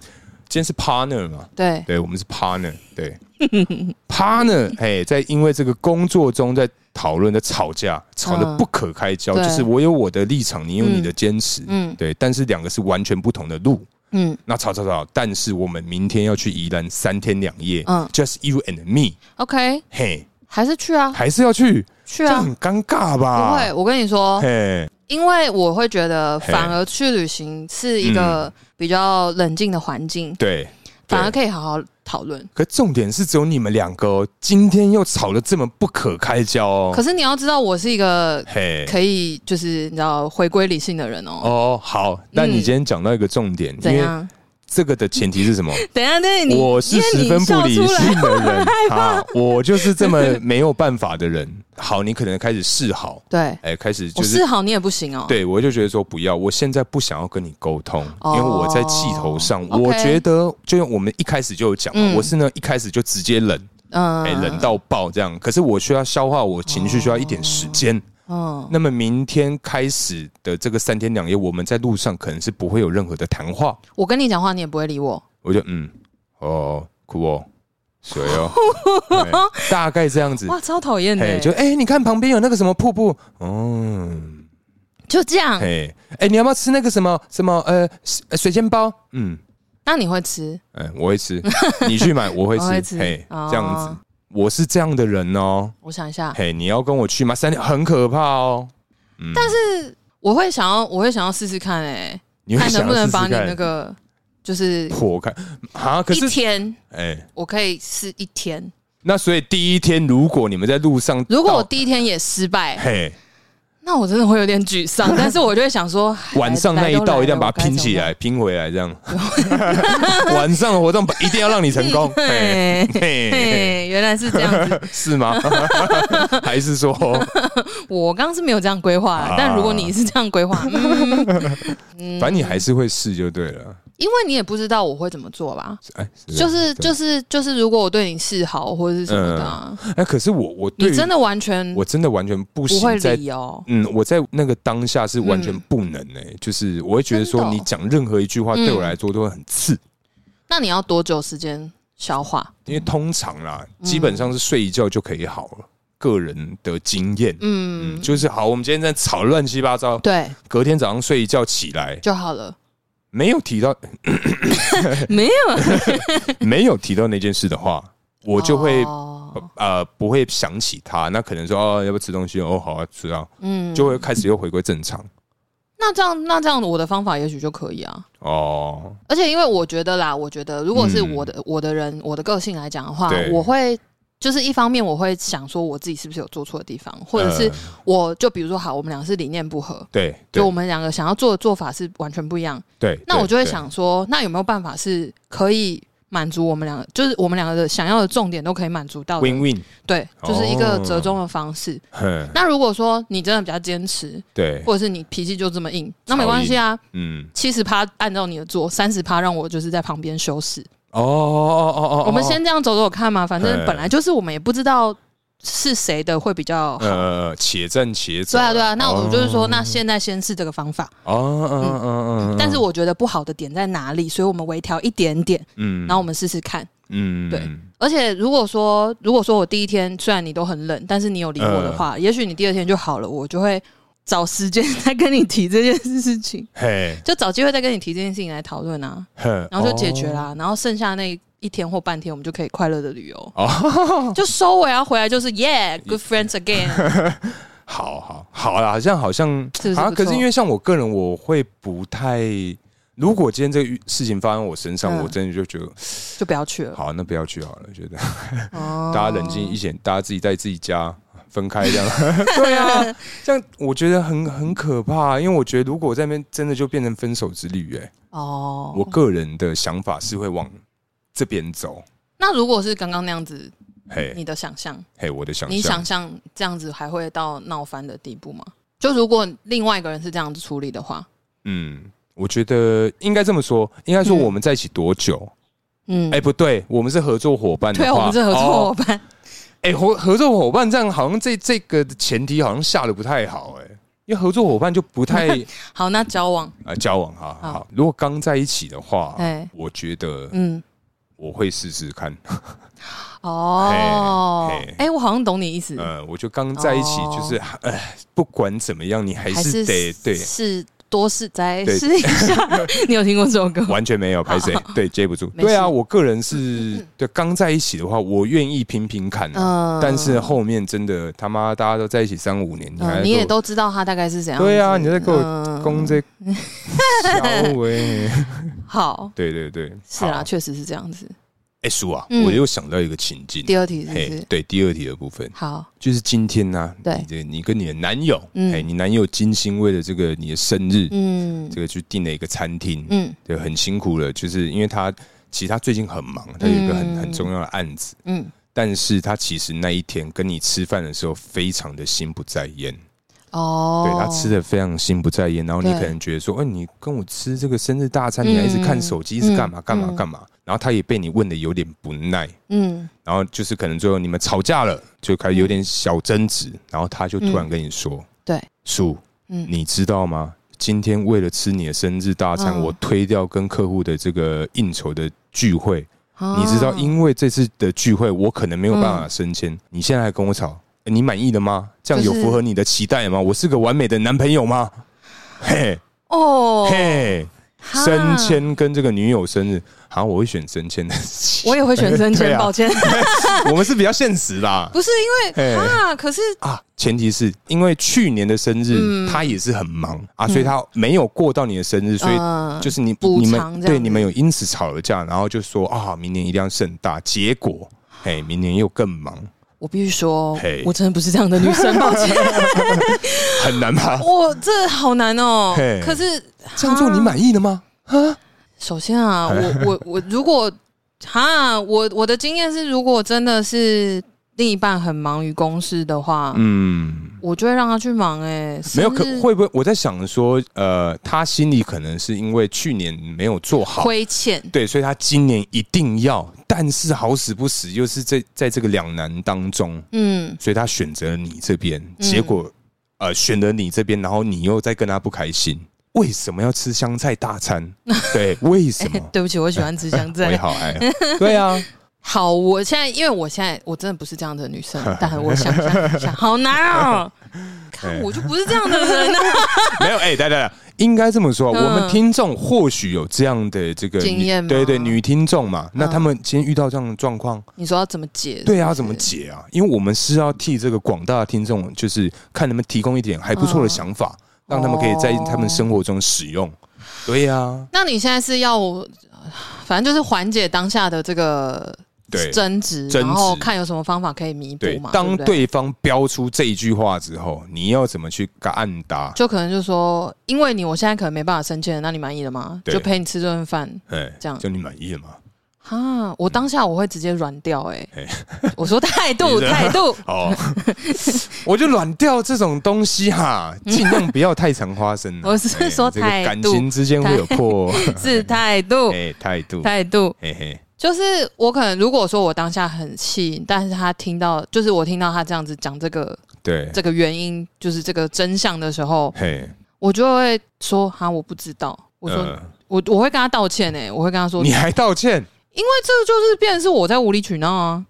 今天是 partner 嘛？
对，
对，我们是 partner，对 <laughs> partner，哎，在因为这个工作中在讨论在吵架，吵得
嗯
不可开交，
对
就是我有我的立场，你有你的坚持，
嗯
对，但是两个是完全不同的路。
嗯
那吵吵吵，但是我们明天要去宜兰三天两夜，
嗯
j u s t you and me，
，OK，
嘿，
还是去啊，
还是要去，
去
这样
啊，
很尴尬吧？
不会。我哦跟你说，
嘿，
因为我会觉得，
嘿
反而去旅行是一个比较冷静的环境，
对，
反而
对
可以好好讨论。
可重点是只有你们两个哦，今天又吵得这么不可开交哦。
可是你要知道，我是一个
嘿，
可以就是你知道回归理性的人哦。
哦，好，那你
嗯
今天讲到一个重点，
怎
因为
样？
这个的前提是什么？
等一下，对 <laughs> 你，
我是
因为
十
你
分不
笑
理
出来
性的人啊，我就是这么没有办法的人。好，你可能开始示好，
对，
哎，开始
我
就是
哦示好你也不行哦。
对，我就觉得说不要，我现在不想要跟你沟通，
哦
因为我在气头上。
OK
我觉得，就像我们一开始就有讲嘛，
嗯
我是呢一开始就直接冷，
嗯，
哎、冷到爆这样。可是我需要消化我情绪，需要一点时间。
嗯，
那么明天开始的这个三天两夜，我们在路上可能是不会有任何的谈话。
我跟你讲话，你也不会理我。
我就嗯，哦，酷哦，水哦，哎大概这样子。
哇，超讨厌
哎，
的，
就哎、你看旁边有那个什么瀑布，哦。
就这样。
嘿，哎，你要不要吃那个什么什么呃水呃水煎包？嗯，
那你会吃？
哎，我会吃，你去买，我会
<laughs> 我会
吃。
吃
嘿，
哦
这样子，我是这样的人哦。
我想一下，
嘿，你要跟我去吗？三天很可怕哦。
但是我会想要，我会想要试试看，哎，
你会
看能
想
不
要
能
试
把
试
你那
看
个就是
破开啊？可
一
是，
天，
哎，
我可以试一天。
那所以第一天，如果你们在路上到，
如果我第一天也失败，
嘿
那我真的会有点沮
<laughs>
丧。但是我就会想说，哎
晚上那一道一定要把它拼起。来，拼回来这样。 <laughs> 晚上的
<laughs>
活动一定要让你成功。嘿
对，
嘿嘿
嘿原来是这样
<laughs>
子。
是
<laughs>
吗？还是说
我刚刚是没有这样规划
啊，
但如果你是这样规划，
<laughs>
嗯，
反正你还是会试就对了。
因为你也不知道我会怎么做吧。
哎，
就是
这样
就是就是，如果我对你示好或者是什么的啊，
哎，可是我我对
你
于
真的完全
我真的完全不
不会
行在。
理哦。
嗯，我在那个当下是完全不能哎、就是我会觉
嗯
得
真
说
的哦
你讲任何一句话
嗯
对我来说都会很刺，
那你要多久时间消化？
因为通常啦，
嗯
基本上是睡一觉就可以好了。个人的经验，嗯，
嗯，
就是好，我们今天在吵乱七八糟，
对
隔天早上睡一觉起来，
就好
<laughs>
了。
没有
<laughs>
提到
没有，
没有提到那件事的话，我就会、
哦
呃不会想起他。那可能说哦，要不要吃东西？哦，好啊，吃啊，
嗯
就会开始又回归正常。
那这样那这样，我的方法也许就可以啊。
哦，
而且因为我觉得啦，我觉得如果是
嗯
我的我的人我的个性来讲的话
对，
我会就是一方面我会想说我自己是不是有做错的地方，或者是
呃
我就比如说好，我们俩是理念不合，
对，
就
对
我们两个想要做的做法是完全不一样。
对，
那
对
我就会
对
想说，那有没有办法是可以满足我们两个，就是我们两个的想要的重点都可以满足到的
win win，
对，就是一个
哦
折中的方式。
哼，
那如果说你真的比较坚持，
对，
或者是你脾气就这么硬，那没关系啊，
嗯，
七十趴按照你的做，三十趴让我就是在旁边修饰。
哦哦哦哦哦，
我们先这样走走看嘛，反正
嗯
本来就是我们也不知道是谁的会比较好。
呃，且战且
<laughs>
走，
对啊，对啊，那我就是说，
哦
那现在先试这个方法，
哦，嗯嗯嗯嗯，
但是我觉得不好的点在哪里，所以我们微调一点点，
嗯，
然后我们试试看。
嗯，
对而且如果说，如果说我第一天虽然你都很冷，但是你有理我的话，也许你第二天就好了，我就会找时间再跟你提这件事情，
嘿，
<laughs> 就找机会再跟你提这件事情来讨论啊，
哼
然后就解决，
哦
啦，然后剩下那一天或半天，我们就可以快乐的旅游，<laughs>
哦，
就收尾啊，回来就是耶、g <laughs> o o d friends again，
好好好啦，好像好像
是不是
啊，
不
可是
错
因为像我个人，我会不太。如果今天这个事情发生我身上，
嗯
我真的就觉得
就不要去 <laughs> 了。
好，那不要去好了。觉得
哦
大家冷静一点，大家自己在自己家分开
<laughs>
这样。对啊，这样我觉得很很可怕，因为我觉得如果在那边真的就变成分手之旅、哎、
哦。
我个人的想法是会往这边走。
那如果是刚刚那样子，
嘿，
你的想象，
嘿，我的想
你
象
想，象这样子还会到闹翻的地步吗？就如果另外一个人是这样子处理的话，
嗯，我觉得应该这么说，应该说
嗯
我们在一起多久？
嗯，
哎、不对，我们是合作伙 <laughs> 伴的
对啊，
话，
我们是合作伙
哦。
伴，
哎、合合作伙伴这样好像这这个前提好像下的不太好、哎，因为合作伙伴就
<laughs>
不太
<laughs> 好，那交往，
呃交往哈。
好
好，如果刚在一起的话，
哎
我觉得
嗯，
我会试试看。
哦
嘿嘿，
哎，我好像懂你意思，
呃，我就刚在一起，
哦
就是呃，不管怎么样，你还
还
是得对，
是多试再
对
试一下。 <laughs> 你有听过这首歌？
完全没有拍谁，对，接不住。
没事
对啊，我个人是对刚在一起的话，我愿意拼拼看啊、
嗯
但是后面真的他妈大家都在一起三五年，你还、
嗯，你也都知道他大概是怎样子。
对啊，你在给我
嗯 <laughs>
攻这小伟，
好，
<laughs> 对对对，
是
好
啦，。确实是这样子。
哎，叔啊，
嗯
我又想到一个情境，
第二题是不
嘿
是，？
对，第二题的部分
好，
就是今天呢，
对
你这你跟你的男友，
嗯
哎，你男友精心为了这个你的生日，
嗯
这个去订了一个餐厅，
嗯
对，很辛苦了，就是因为他其实他最近很忙，他有一个很
嗯
很重要的案子，
嗯，
但是他其实那一天跟你吃饭的时候非常的心不在焉，
哦，
对他吃的非常心不在焉，然后你
对
可能觉得说，哎、你跟我吃这个生日大餐，
嗯
你还一直看手机，一直干嘛
嗯
干嘛
嗯
干嘛，然后他也被你问的有点不耐，
嗯，
然后就是可能最后你们吵架了，就开始有点小争执，然后他就突然
嗯
跟你说，
对，
叔，
嗯
你知道吗？今天为了吃你的生日大餐，
嗯
我推掉跟客户的这个应酬的聚会，
哦嗯
你知道，因为这次的聚会，我可能没有办法升迁。你现在还跟我吵，呃你满意了吗？这样有
就是
符合你的期待吗？我是个完美的男朋友吗？嘿，
哦，
嘿，
哈
升，迁跟这个女友生日，好、像我会选升
<laughs>
迁的。
我也会选升
<laughs> 对
迁，
啊
抱歉，
我们是比较现实啦。
不是因为
<laughs> 嘿
啊，可是
啊，前提是因为去年的生日、
嗯
他也是很忙啊，所以他没有过到你的生日，所以
嗯
就是你
补
你
偿
们
这样
对
子
你们有因此吵了架，然后就说啊，明年一定要盛大，结果哎，明年又更忙，
我必须说
嘿，
我真的不是这样的女
<laughs>
生，抱歉，
很难吧？
我这好难哦
嘿。
可是
这样做你满意了吗？
首先啊，我我我如果哈，我我的经验是，如果真的是另一半很忙于公事的话，
嗯，
我就会让他去忙。哎，
没有，
生
可
日
会不会我在想说，呃，他心里可能是因为去年没有做好。
亏欠。
对，所以他今年一定要，但是好死不死又是在在这个两难当中，
嗯，
所以他选择了你这边，结果、呃选了你这边，然后你又再跟他不开心，为什么要吃香菜大
<laughs>
餐？对，为什么？
对不起，我喜欢吃香
<laughs> 我也
菜。
好爱，对啊，
好，我现在因为我现在我真的不是这样的女
<laughs>
生，但我想想想，好难哦。看我就不是这样的人啊， <laughs>
<laughs> 没有哎，等等等，应该这么说，
嗯
我们听众或许有这样的这个
经
女
验吗嗯
对对，女听众嘛，那他们今天遇到这样的状况，
你说要怎么解？
对啊，怎么解啊？因为我们是要替这个广大的听众，就是看他们提供一点还不错的
嗯
想法，让他们可以在他们生活中使用。对呀、啊
哦呃那你现在是要我，反正就是缓解当下的这个
对
争执，
争执
然后看有什么方法可以弥补
对
嘛。，
当
对不对，
对方标出这一句话之后，你要怎么去按答？
就可能就说，因为你我现在可能没办法升迁了，那你满意了吗？
对
就陪你吃这顿饭。
哎，
这样
就你满意了吗？
哈，我当下我会直接软掉、欸，我说态度，
你这
态度， <laughs>
哦，我就软掉这种东西哈，尽量不要太常发生啊。
<laughs> 我是
哎
说
这个
态
感
度
情之间会有破，
是态度，
哎，态度，
态度。
嘿嘿，
就是我可能如果说我当下很气，但是他听到，就是我听到他这样子讲这个
对，
这个原因，就是这个真相的时候，
嘿，
我就会说哈，我不知道。我说、
呃
我我会跟他道歉诶、我会跟他说，
你
因为
还道歉？
这就是变成是我在无理取闹啊。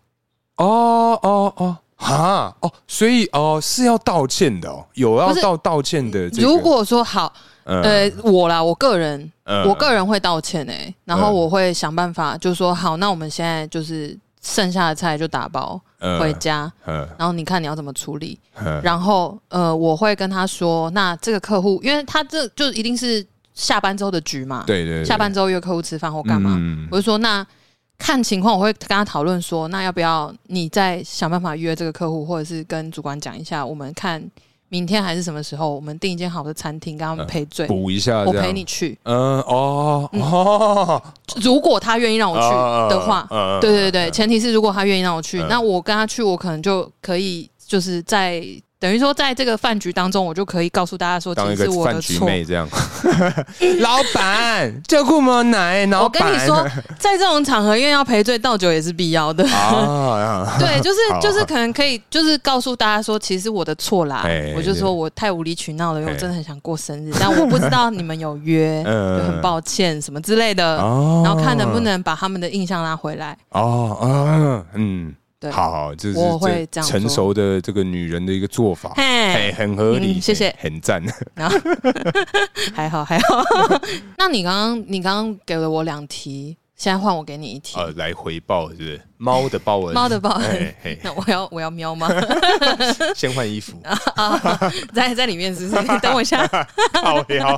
哦哦哦，哈哦，所以哦是要道歉的哦，有要
不是
道道歉的这个。
如果说好，
呃
呃，我啦，我个人，
呃
我个人会道歉诶、然后
嗯
我会想办法，就说好，那我们现在就是剩下的菜就打包
呃
回家，
呃
然后你看你要怎么处理。
呃
然后呃，我会跟他说，那这个客户，因为他这就一定是下班之后的局嘛，
对对对
下班之后约客户吃饭或干嘛，
嗯
我就说那看情况，我会跟他讨论说，那要不要你再想办法约这个客户，或者是跟主管讲一下，我们看明天还是什么时候，我们订一间好的餐厅，跟他们
嗯
赔罪，
补一下，
我陪你。去。
嗯哦哦，
如果他愿意让我去的话，
呃
对对对，前提是如果他愿意让我去，
嗯
那我跟他去，我可能就可以就是在等于说在这个饭局当中，我就可以告诉大家说，
当
其
一
实
个
是我
饭
的
局
错。
妹这样。 <laughs> 老板，这顾么奶，老
我跟
板。
你说，在这种场合，因为要赔罪倒酒也是必要的。
<laughs>
<laughs>
<laughs> 啊，
对，就是
好
就是，可能可以就是告诉大家说，其实我的错啦
哎，
我就说我太无理取闹了，因为
哎
我真的很想过生日，但我不知道你们有
<laughs>
约，
嗯
就很抱歉什么之类的，
哦
然后看能不能把他们的印象拉回来。
哦，嗯嗯，
对，
好，好，这是
我会这样
成
做
熟的这个女人的一个做法，哎，
嘿，
很合理，
嗯谢谢
很
<laughs>
很赞。
然后还好还好。 <laughs> 那你刚刚你刚刚给了我两题，现在换我给你一题。
呃，来回报是不是？猫的报
<laughs>
恩，
猫的报恩
哎，嘿
那我要我要喵吗？ <laughs>
先换衣服， <laughs>
在在里面是不是？等我一下。
好呀，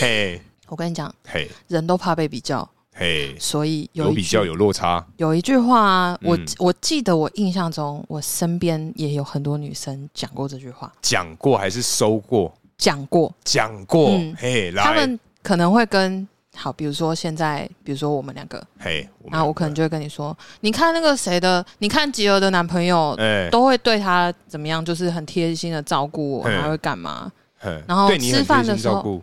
嘿
我跟你讲，
嘿
人都怕被比较，
嘿，
所以有
有
一
比
句
较有落差，
有一句话啊，我、
嗯
我记得我印象中，我身边也有很多女生讲过这句话，
讲过还是收过？
讲过，
讲过
嗯，
嘿，
她
来，
们可能会跟好，比如说现在，比如说我们两个，
嘿，我们
啊那我可能就会跟你说，你看那个谁的，你看吉儿的男朋友。
哎，
都会对她怎么样，就是很贴心的照顾我，
嗯
还会干嘛？
嘿
然后
对你很
吃饭
贴心
的时候
照顾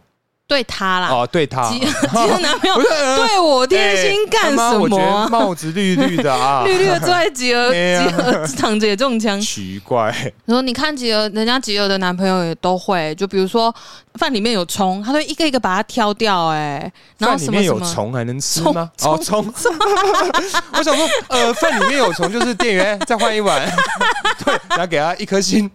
对她啦，
哦，对他 <laughs>
吉吉儿男朋友
不是呃
对我贴
哎
心干
他妈
什
我觉
么
得
啊？
帽子绿绿的啊，
<laughs> 绿绿的坐在吉儿，
哎呀
吉 <laughs> 儿躺着也中枪。
奇怪，
你说你看吉儿，人家吉儿的男朋友也都会，就比如说饭里面有葱，他都一个一个把它挑掉、哎，然后
饭里
什么
面
什
有
么，
虫还能吃
葱 <laughs>
吗？哦，虫， <laughs> 我想说，呃，饭里面有虫，就是店员再换一碗， <laughs> 对，然后给他一颗星，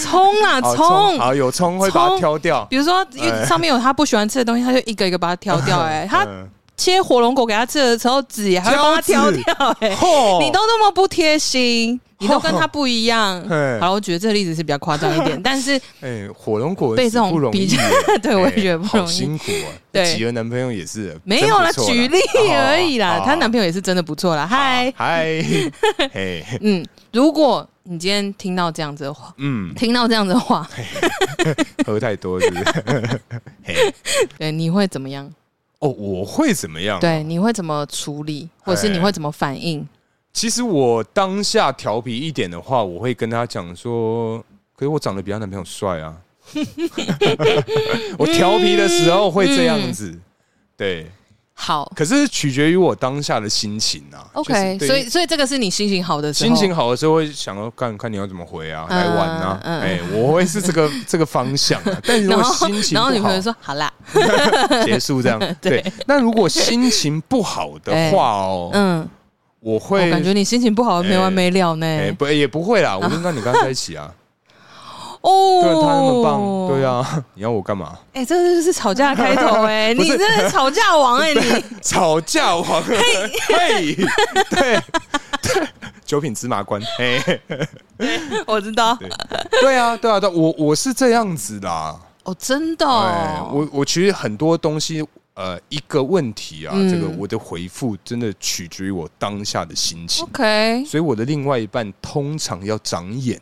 葱啊
哦
葱。
好有葱会把它
葱
挑掉，
比如说，因为
哎
上面有他不喜欢吃的东西，他就一个一个把它挑掉、哎，他
<laughs> 嗯
切火龙果给他吃的时候，籽也还会帮他挑
挑籽
掉、哎，
嚯
你都那么不贴
<laughs>
心，你都跟他不一样。
哎
好了，我觉得这个例子是比较夸张一
<laughs>
点，但是
哎，火龙果
被
是
这种
不容易
比较 <laughs>
耶，
对我也觉得
哎
不容
好
易。
辛苦啊。
对
企鹅男朋友也是
没有啦，
真不错啦
举例而已啦
哦。
她男朋友也是真的不错啦。 <laughs> 嗨，
嗨，
<laughs>
嘿，
嗯，如果你今天听到这样子的话，
嗯，
听到这样子的
<laughs>
话，
喝太多是不
<laughs>
是？
对，你会怎么样？
哦，我会怎么样？
对，你会怎么处理，
哎
或者是你会怎么反应？
其实我当下调皮一点的话，我会跟他讲说，可是我长得比她男朋友
<laughs>
帅啊。我调皮的时候会这样
嗯
子，对，
好
可是取决于我当下的心情啊。
，OK，
就是对
所以所以这个是你心情好的时候，
心情好的时候会想要看看你要怎么回啊，
嗯
来玩啊，
嗯
哎，我会是这
<laughs>
个这个方向啊。但如
然
果
后
心情
然后女
不
朋友
好，
说好啦，
结束这样
<laughs> 对
对。那如果心情不好的话哦，
嗯，
我
我
会
感觉你心情不好没完没了呢。
哎不也不会啦，我就让你跟他在一起 <laughs> 啊。
哦，
对啊，他那么棒，对，啊， <laughs> 你要我干嘛？
哎，这就是吵架的开头
<laughs>
哎，
不
你
是
真的吵架王
<laughs>
哎，你
吵架王， <laughs> 嘿，对对，九品芝麻 <laughs> 官，哎，
我知道
对对啊，对啊，对啊，我我是这样子啦，
哦，真的
哎，
哦，
我我其实很多东西呃一个问题啊，
嗯
这个我的回复真的取决于我当下的心情，
OK，
所以我的另外一半通常要长 <laughs> 眼，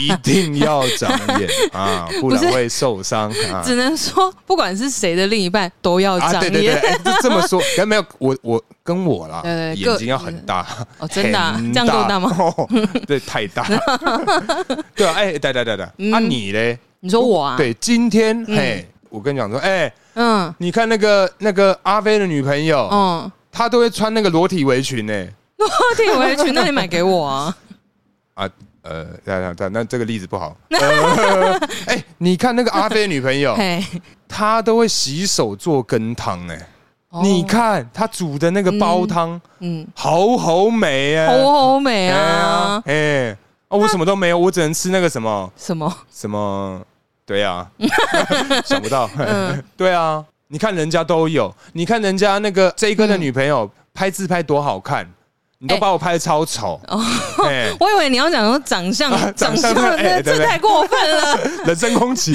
一定要长眼啊，不
不是
然会受伤啊。
只能说不管是谁的另一半都要
啊，
长
对对对，
眼
哎这这么
<laughs>
说，跟没有我我跟我啦，
对对
眼
各
睛要很大，
哦，真的啊
很
这样够大吗？
<laughs> 哦对，太大。 <laughs> 对啊，哎，对对对对，啊
嗯
你嘞？
你说我啊？
对，今天哎，我跟你讲说，哎，
嗯
你看那个那个阿飞的女朋友，
嗯，
她都会穿那个裸体围裙呢。
那我挺委屈，那你买给我啊？
啊，呃，那那那那这个例子
<laughs>
不好。呃哎，你看那个阿飞的女朋友，
嘿，
她都会洗手做羹汤哎。
哦
你，看她煮的那个煲汤，
嗯，
好好美哎，
好好美
哎
啊
呀，，哎，啊我什么都没有，我只能吃那个什么。
什么？
什么？对
<laughs>
啊，想不到。
嗯
<laughs> 对啊，你看人家都有，你看人家那个 J 哥的女朋友、拍自拍多好看，你都
嗯哎哦
把我拍的超丑。 <laughs> 哎、
我以为你要讲说长相，
<laughs> 长
相
相太哎
的，
对
这
对
太过分了， <laughs>
人身攻击。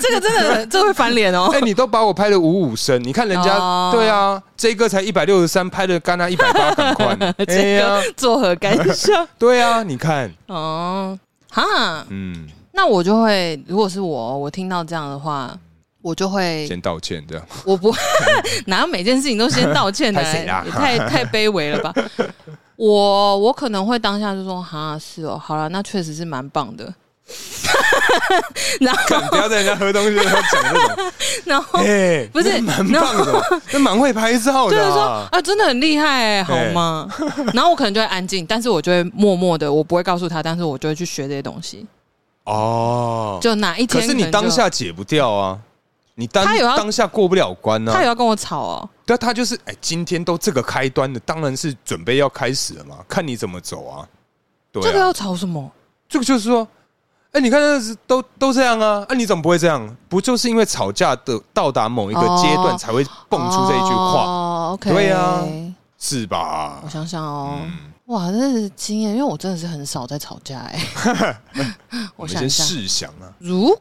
这个真的这会翻脸哦 <laughs>
哎、。你都把我拍的五五身，你看人家，
哦
对啊，J 哥才一百六十三，拍的干他一百八，赶快。 <laughs> 哎
<laughs> 这
呀，
个作何感
<laughs>
想？
对啊，你看，
哦，哈，
嗯，
那我就会，如果是我，我听到这样的话，我就会，
先道歉
<laughs>
这样。
我不哪有每件事情都先道歉的，
<laughs> 太谁啦
也太太卑微了吧？ <laughs> 我我可能会当下就说，哈，是哦，好了，那确实是蛮棒的。 <laughs> 然后，
看，不要在人家喝东西的时候讲这
<laughs>
种，
然后
哎、
哦不是
那蛮棒的，那蛮会拍照
就是
的、
说
啊。
啊，真的很厉害、欸，好吗？然后我可能就会安静，但是我就会默默的，我不会告诉他，但是我就会去学这些东西。
哦，
就哪一
可
天
是你
能就
当下解不掉啊，你当
他有要
当下过不了关
他有
啊。
要跟我吵哦，
对啊，他就是哎、今天都这个开端的，当然是准备要开始了嘛，看你怎么走啊。对啊，
这个要吵什么？
这个就是说，哎、你看那是都都这样啊，啊，你怎么不会这样？不就是因为吵架的到达某一个阶段
哦
才会蹦出这一句话，
哦，OK，
对啊是吧
我？想想哦，
嗯，
哇，这是经验，因为我真的是很少在吵架哎、
<laughs>
<laughs>
我
我
们
想一
先
下，
试想啊，
如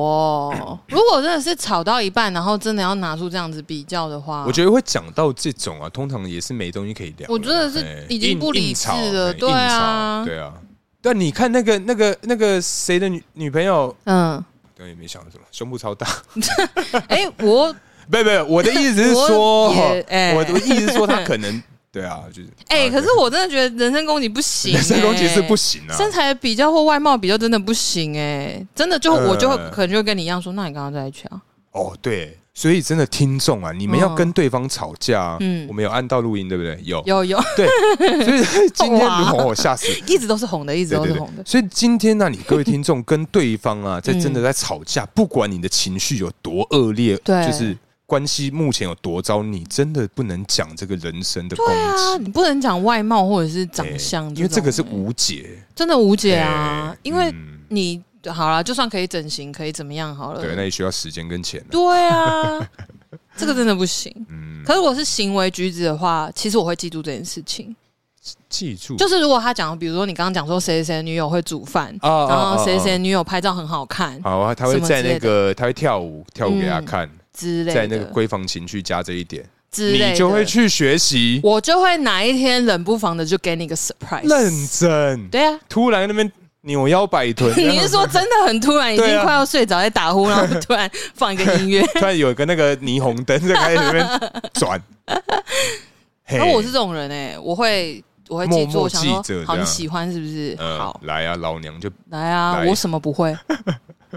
果如果真的是吵到一半，然后真的要拿出这样子比较的话，
我觉得会讲到这种啊，通常也是没东西可以聊了。
啊我真的
哎
是已经
硬
不理
硬
智
吵哎
了，对
硬吵
啊，
对啊，对啊，你看那个那个那个谁的女女朋友，
嗯，
对，没想到什么，胸部超大， <laughs>
哎、我
不不，我的意思是说，
<laughs> 我
<laughs>
也哎
我的意思是说，他可能对啊，就是
哎、
<laughs> 啊
可是我真的觉得人身攻击不行、哎
<laughs> 人身攻击是不
行、
行啊，
身材比较或外貌比较真的不行哎、真的就、
呃
我就会可能就会跟你一样说，那你刚刚在一起啊？
哦对，所以真的听众啊，你们要跟对方吵架，嗯
嗯，
我们有按到录音对不对？有，
有有， <laughs>
对，所以今天
哇
哦吓死，
<laughs> 一直都是红的，一直
对
都
对
是
对
红的，，
所以今天呢、你各位听众跟对方啊，在
嗯
真的在吵架，不管你的情绪有多恶劣，
对
就是关系目前有多糟，你真的不能讲这个人生的攻
啊，
击。
你不能讲外貌或者是长相、
因为这个是
种欸
无解。
真的无解啊，
哎
因为
嗯
你好了，就算可以整形，可以怎么样好了，
对，那也需要时间跟钱啊。
对啊， <laughs> 这个真的不行。
嗯，
可是我是行为举止的话，其实我会记住这件事情。
记住，
就是如果他讲，比如说你刚刚讲说谁谁谁女友会煮饭，
啊啊
然
啊啊
后谁谁女友拍照很好看
好啊，他会
什么之
在
类的
那个，他会跳舞，跳舞给他
嗯
看，
之类的，
在那个闺房情趣加这一点，
之类的，
你就会，去学习，
我就会哪一天冷不防的就给你个
<laughs>
surprise。
认真。
对啊，
突然那边扭腰摆臀，
<laughs> 你是说真的很突然，已经
对啊
快要睡着在打呼，然后突然放一个音乐？
突然有一个那个霓虹灯在开始那边
<laughs>
转。嘿
然后我是这种人哎、我会我会
默
记
默
住，我想
记
说
着
好
这
你
样
喜欢是不是？
呃
嗯好，
来啊，老娘就
来啊，
来
我什么不
<laughs>
会，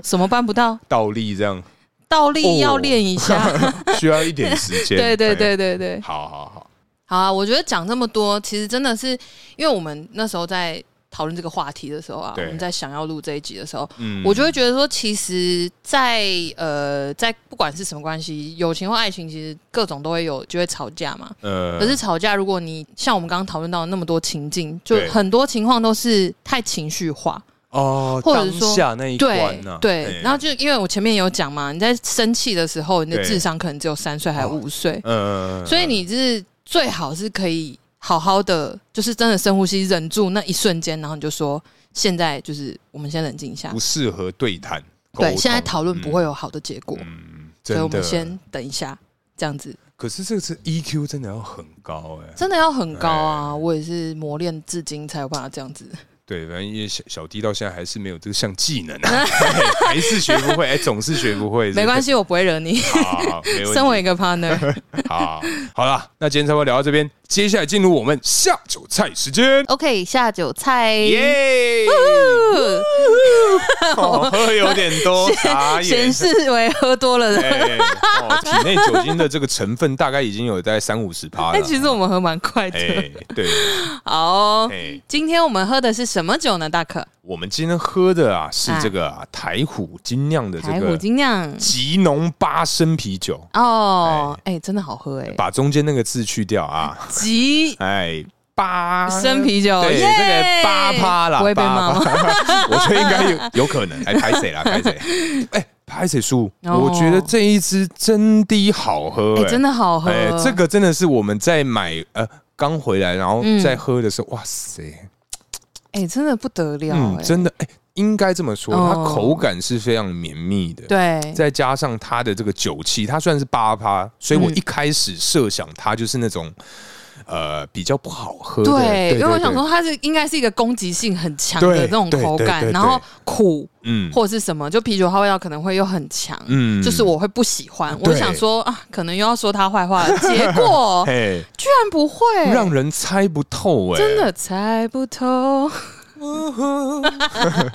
什么办不到，
倒立这样，
倒
哦
立要练一下。
<laughs> 需要一点时
<laughs>
间。
对对
哎，
对对对，
好好好，
好啊！我觉得讲这么多，其实真的是因为我们那时候在讨论这个话题的时候啊，我
对
们在想要录这一集的时候，
嗯
我就会觉得说，其实在，呃，在不管是什么关系，友情或爱情，其实各种都会有就会吵架嘛。
呃
可是吵架，如果你像我们刚刚讨论到的那么多情境，就
对
很多情况都是太情绪化，
哦，
或者说
当下那一
对
关呢，
对
哎。
然后就因为我前面有讲嘛，你在生气的时候，你的
对
智商可能只有三岁
哦
还五岁，
呃
所以你是最好是可以好好的，就是真的深呼吸，忍住那一瞬间，然后你就说，现在就是我们先冷静一下
不，适合对谈，沟
啊对，
通
现在讨论不会有好的结果。
嗯，
所以我
真
们
的
先等一下，这样子
可是这次 EQ 真的要很高哎、
真的要很高
哎
啊！我也是磨练至今才有办法这样子。
对，反正因为小小弟到现在还是没有这个项技能、啊， <laughs> 嘿还是学不会，哎、总是学不会。
没关系，我不会惹你。
系，好好，没问题。
身为一个 partner，
<laughs> 好，好了，那今天差不多聊到这边，接下来进入我们下酒菜时间，
OK，下酒菜。<laughs>
<laughs> 耶！哦， <laughs> 喝有点多，傻眼
显。示为喝多了的，
哎哦，体内酒精的这个成分大概已经有大概三五十趴了
但。其实我们喝蛮快的。
哎，对，
好哦，
哎，
今天我们喝的是什么酒呢，大可？
我们今天喝的啊是这个啊台虎精酿的这
台虎
个
精酿。
吉农八升啤酒，
哦，哎，真的好喝哎，
把中间那个字去掉啊，
吉
哎，八
生啤酒，
对，这
耶
个八趴啦，
不会被
八
骂吗？
趴 <laughs> 我觉得应该有有可能，哎，拍
<laughs>
谁啦？拍谁？哎，拍谁叔？
哦
我觉得这一支真的好喝，
哎，真的好喝
哎，，这个真的是我们在买呃刚回来，然后
嗯
在喝的时候，哇塞，
哎，真的不得了
嗯，，
哎
真的，哎，应该这么说，
哦
它口感是非常绵密的，
对，
再加上它的这个酒气，它虽然是八趴，所以我
嗯
一开始设想它就是那种。呃，比较不好喝的，
对，因为我
对
想，说
对
它是应该是一个攻击性很强的
对
这种口感
对对对，对
然后苦
嗯
或是什么，就啤酒它味道可能会又很强，
嗯
就是我会不喜欢。我
对
想说啊，可能又要说他坏话
<laughs>
了，结果
嘿，
居然不会，
让人猜不哦透哎、
真的猜不透。
好哎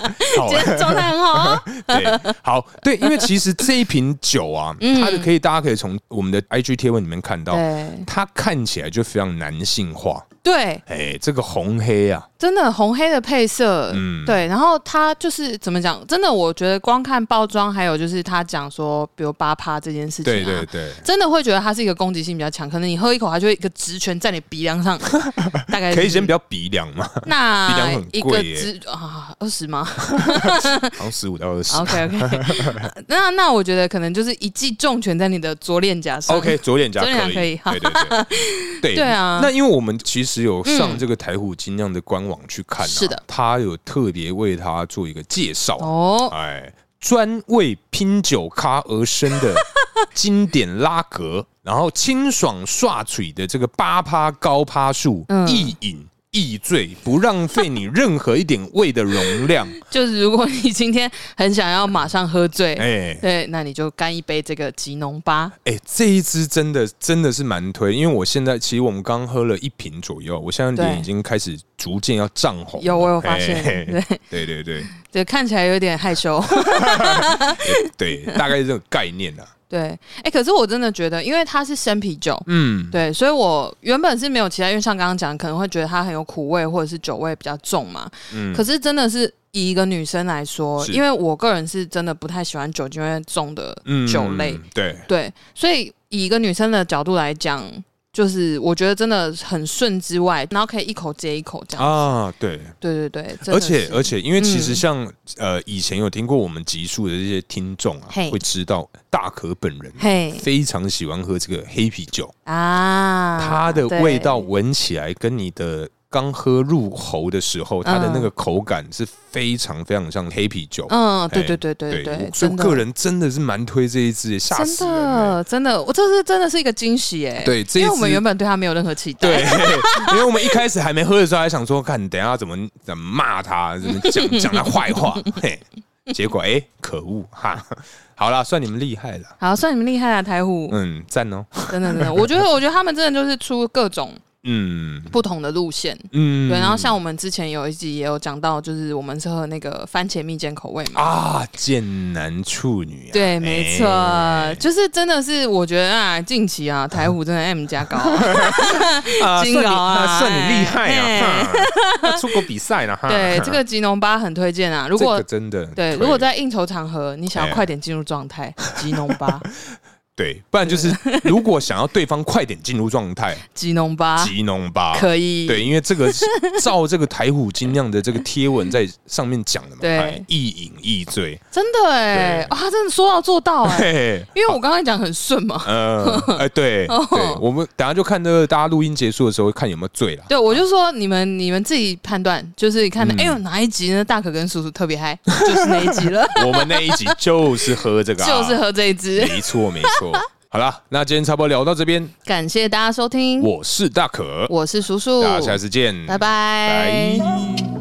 今天状态很好
<laughs>
啊，
对，好对，因为其实这一瓶酒啊，
<laughs> 嗯
它的可以大家可以从我们的 IG 贴文里面看到，
对
它看起来就非常男性化，
对，
哎，这个红黑啊，
真的红黑的配色，
嗯
对，然后它就是怎么讲，真的，我觉得光看包装，还有就是他讲说，比如八趴这件事情、啊，
对对对，
真的会觉得它是一个攻击性比较强，可能你喝一口，它就会一个直拳在你鼻梁上，大概
可以先不
要
要鼻梁嘛，鼻梁
那
很
一个
贵耶
直啊二十吗
好像十五到
<laughs>
二十。
？OK OK，那 <laughs> 那我觉得可能就是一记重拳在你的左脸颊上。
OK，左脸颊
左脸颊
可以，
可
对对对，对
<laughs> 对啊
那因为我们其实有上
嗯
这个台虎精酿的官网去看、啊，
是的，
他有特别为他做一个介绍、
哦，
哎，专为拼酒咖而生的经典拉格， <laughs> 然后清爽刷嘴的这个八趴高趴数，
嗯
易饮易醉，不浪费你任何一点胃的容量。
就是如果你今天很想要马上喝醉，
哎
<laughs> 对，那你就干一杯这个吉农吧。
哎，这一支真的真的是蛮推，因为我现在其实我们刚喝了一瓶左右，我现在脸
对
已经开始逐渐要涨红了。
有我有发现
哎
对
对对对
对，看起来有点害羞。 <laughs>
对，大概是这个概念啊。
对，哎、可是我真的觉得，因为它是生啤酒，
嗯，
对，所以我原本是没有期待，因为像刚刚讲，可能会觉得它很有苦味或者是酒味比较重嘛。
嗯
可是真的是以一个女生来说，
是
因为我个人是真的不太喜欢酒精味重的酒类，
嗯对，
对，所以以一个女生的角度来讲，就是我觉得真的很顺之外，然后可以一口接一口这样。
啊，对，
对对对，真的
而且
是
而且，因为其实
嗯
像、呃以前有听过我们集数的这些听众啊，
嘿
会知道大可本人
嘿
非常喜欢喝这个黑啤酒，
啊，
它的
对
味道闻起来跟你的。刚喝入喉的时候，它的那个口感是非常非常像黑啤酒。
嗯，对
哎
对对对对，
所以我
真的
个人真的是蛮推这一支的，吓
真
死人欸了。
的真的，我这是真的是一个惊喜哎、
对这一
因为我们
支
原本对他没有任何期待，
对，因为我们一开始还没喝的时候，还想说，看等一下怎么怎么骂他，怎么讲讲他坏
<laughs>
话，嘿，结果哎、可恶哈！好啦，算你们厉害了，
好，算你们厉害啊，台虎，
嗯，赞哦，
真的真的，我觉得我觉得他们真的就是出各种
嗯
不同的路线，
嗯，
对。然后像我们之前有一集也有讲到，就是我们是喝那个番茄蜜饯口味嘛，
啊，贱男处女、啊，
对，没错，
哎嗯
就是真的是我觉得啊，近期啊，台虎真的 M 加高、
<laughs> 啊
金鳌啊
算你算你厉害啊，
哎
哈 <laughs> 那出国比赛了哈，
对，
哈
这个吉农吧很推荐
<laughs>
啊。如
这
果、
个真的
对，
推
如果在应酬场合，你想
哎 <laughs>
要快点进入状态，吉农吧
对，不然就是 <laughs> 如果想要对方快点进入状态，
吉农吧，
吉农吧。
啊可以，
对，因为这个 <laughs> 是照这个台虎精酿的这个贴文在上面讲的嘛，
对
哎亦饮亦醉，
真的哎、
对
哇，他真的说到做到
<laughs>
哎、
嘿，
因为我刚才讲很顺嘛， <laughs>
呃，哎，对，
哦
对，我们等下就看这个大家录音结束的时候看有没有
<laughs>
醉啦。
对我就说你们你们自己判断，就是看
嗯
哎呦哪一集呢？大可跟叔叔特别嗨，就是那一集
<laughs>
了， <laughs>
我们那一集就是喝这个、啊，
就是，喝这一支。
没错，没错。好啦，那今天差不多聊到这边，
感谢大家收听，
我是大可，
我是叔叔，
大家下次见，
拜拜。
拜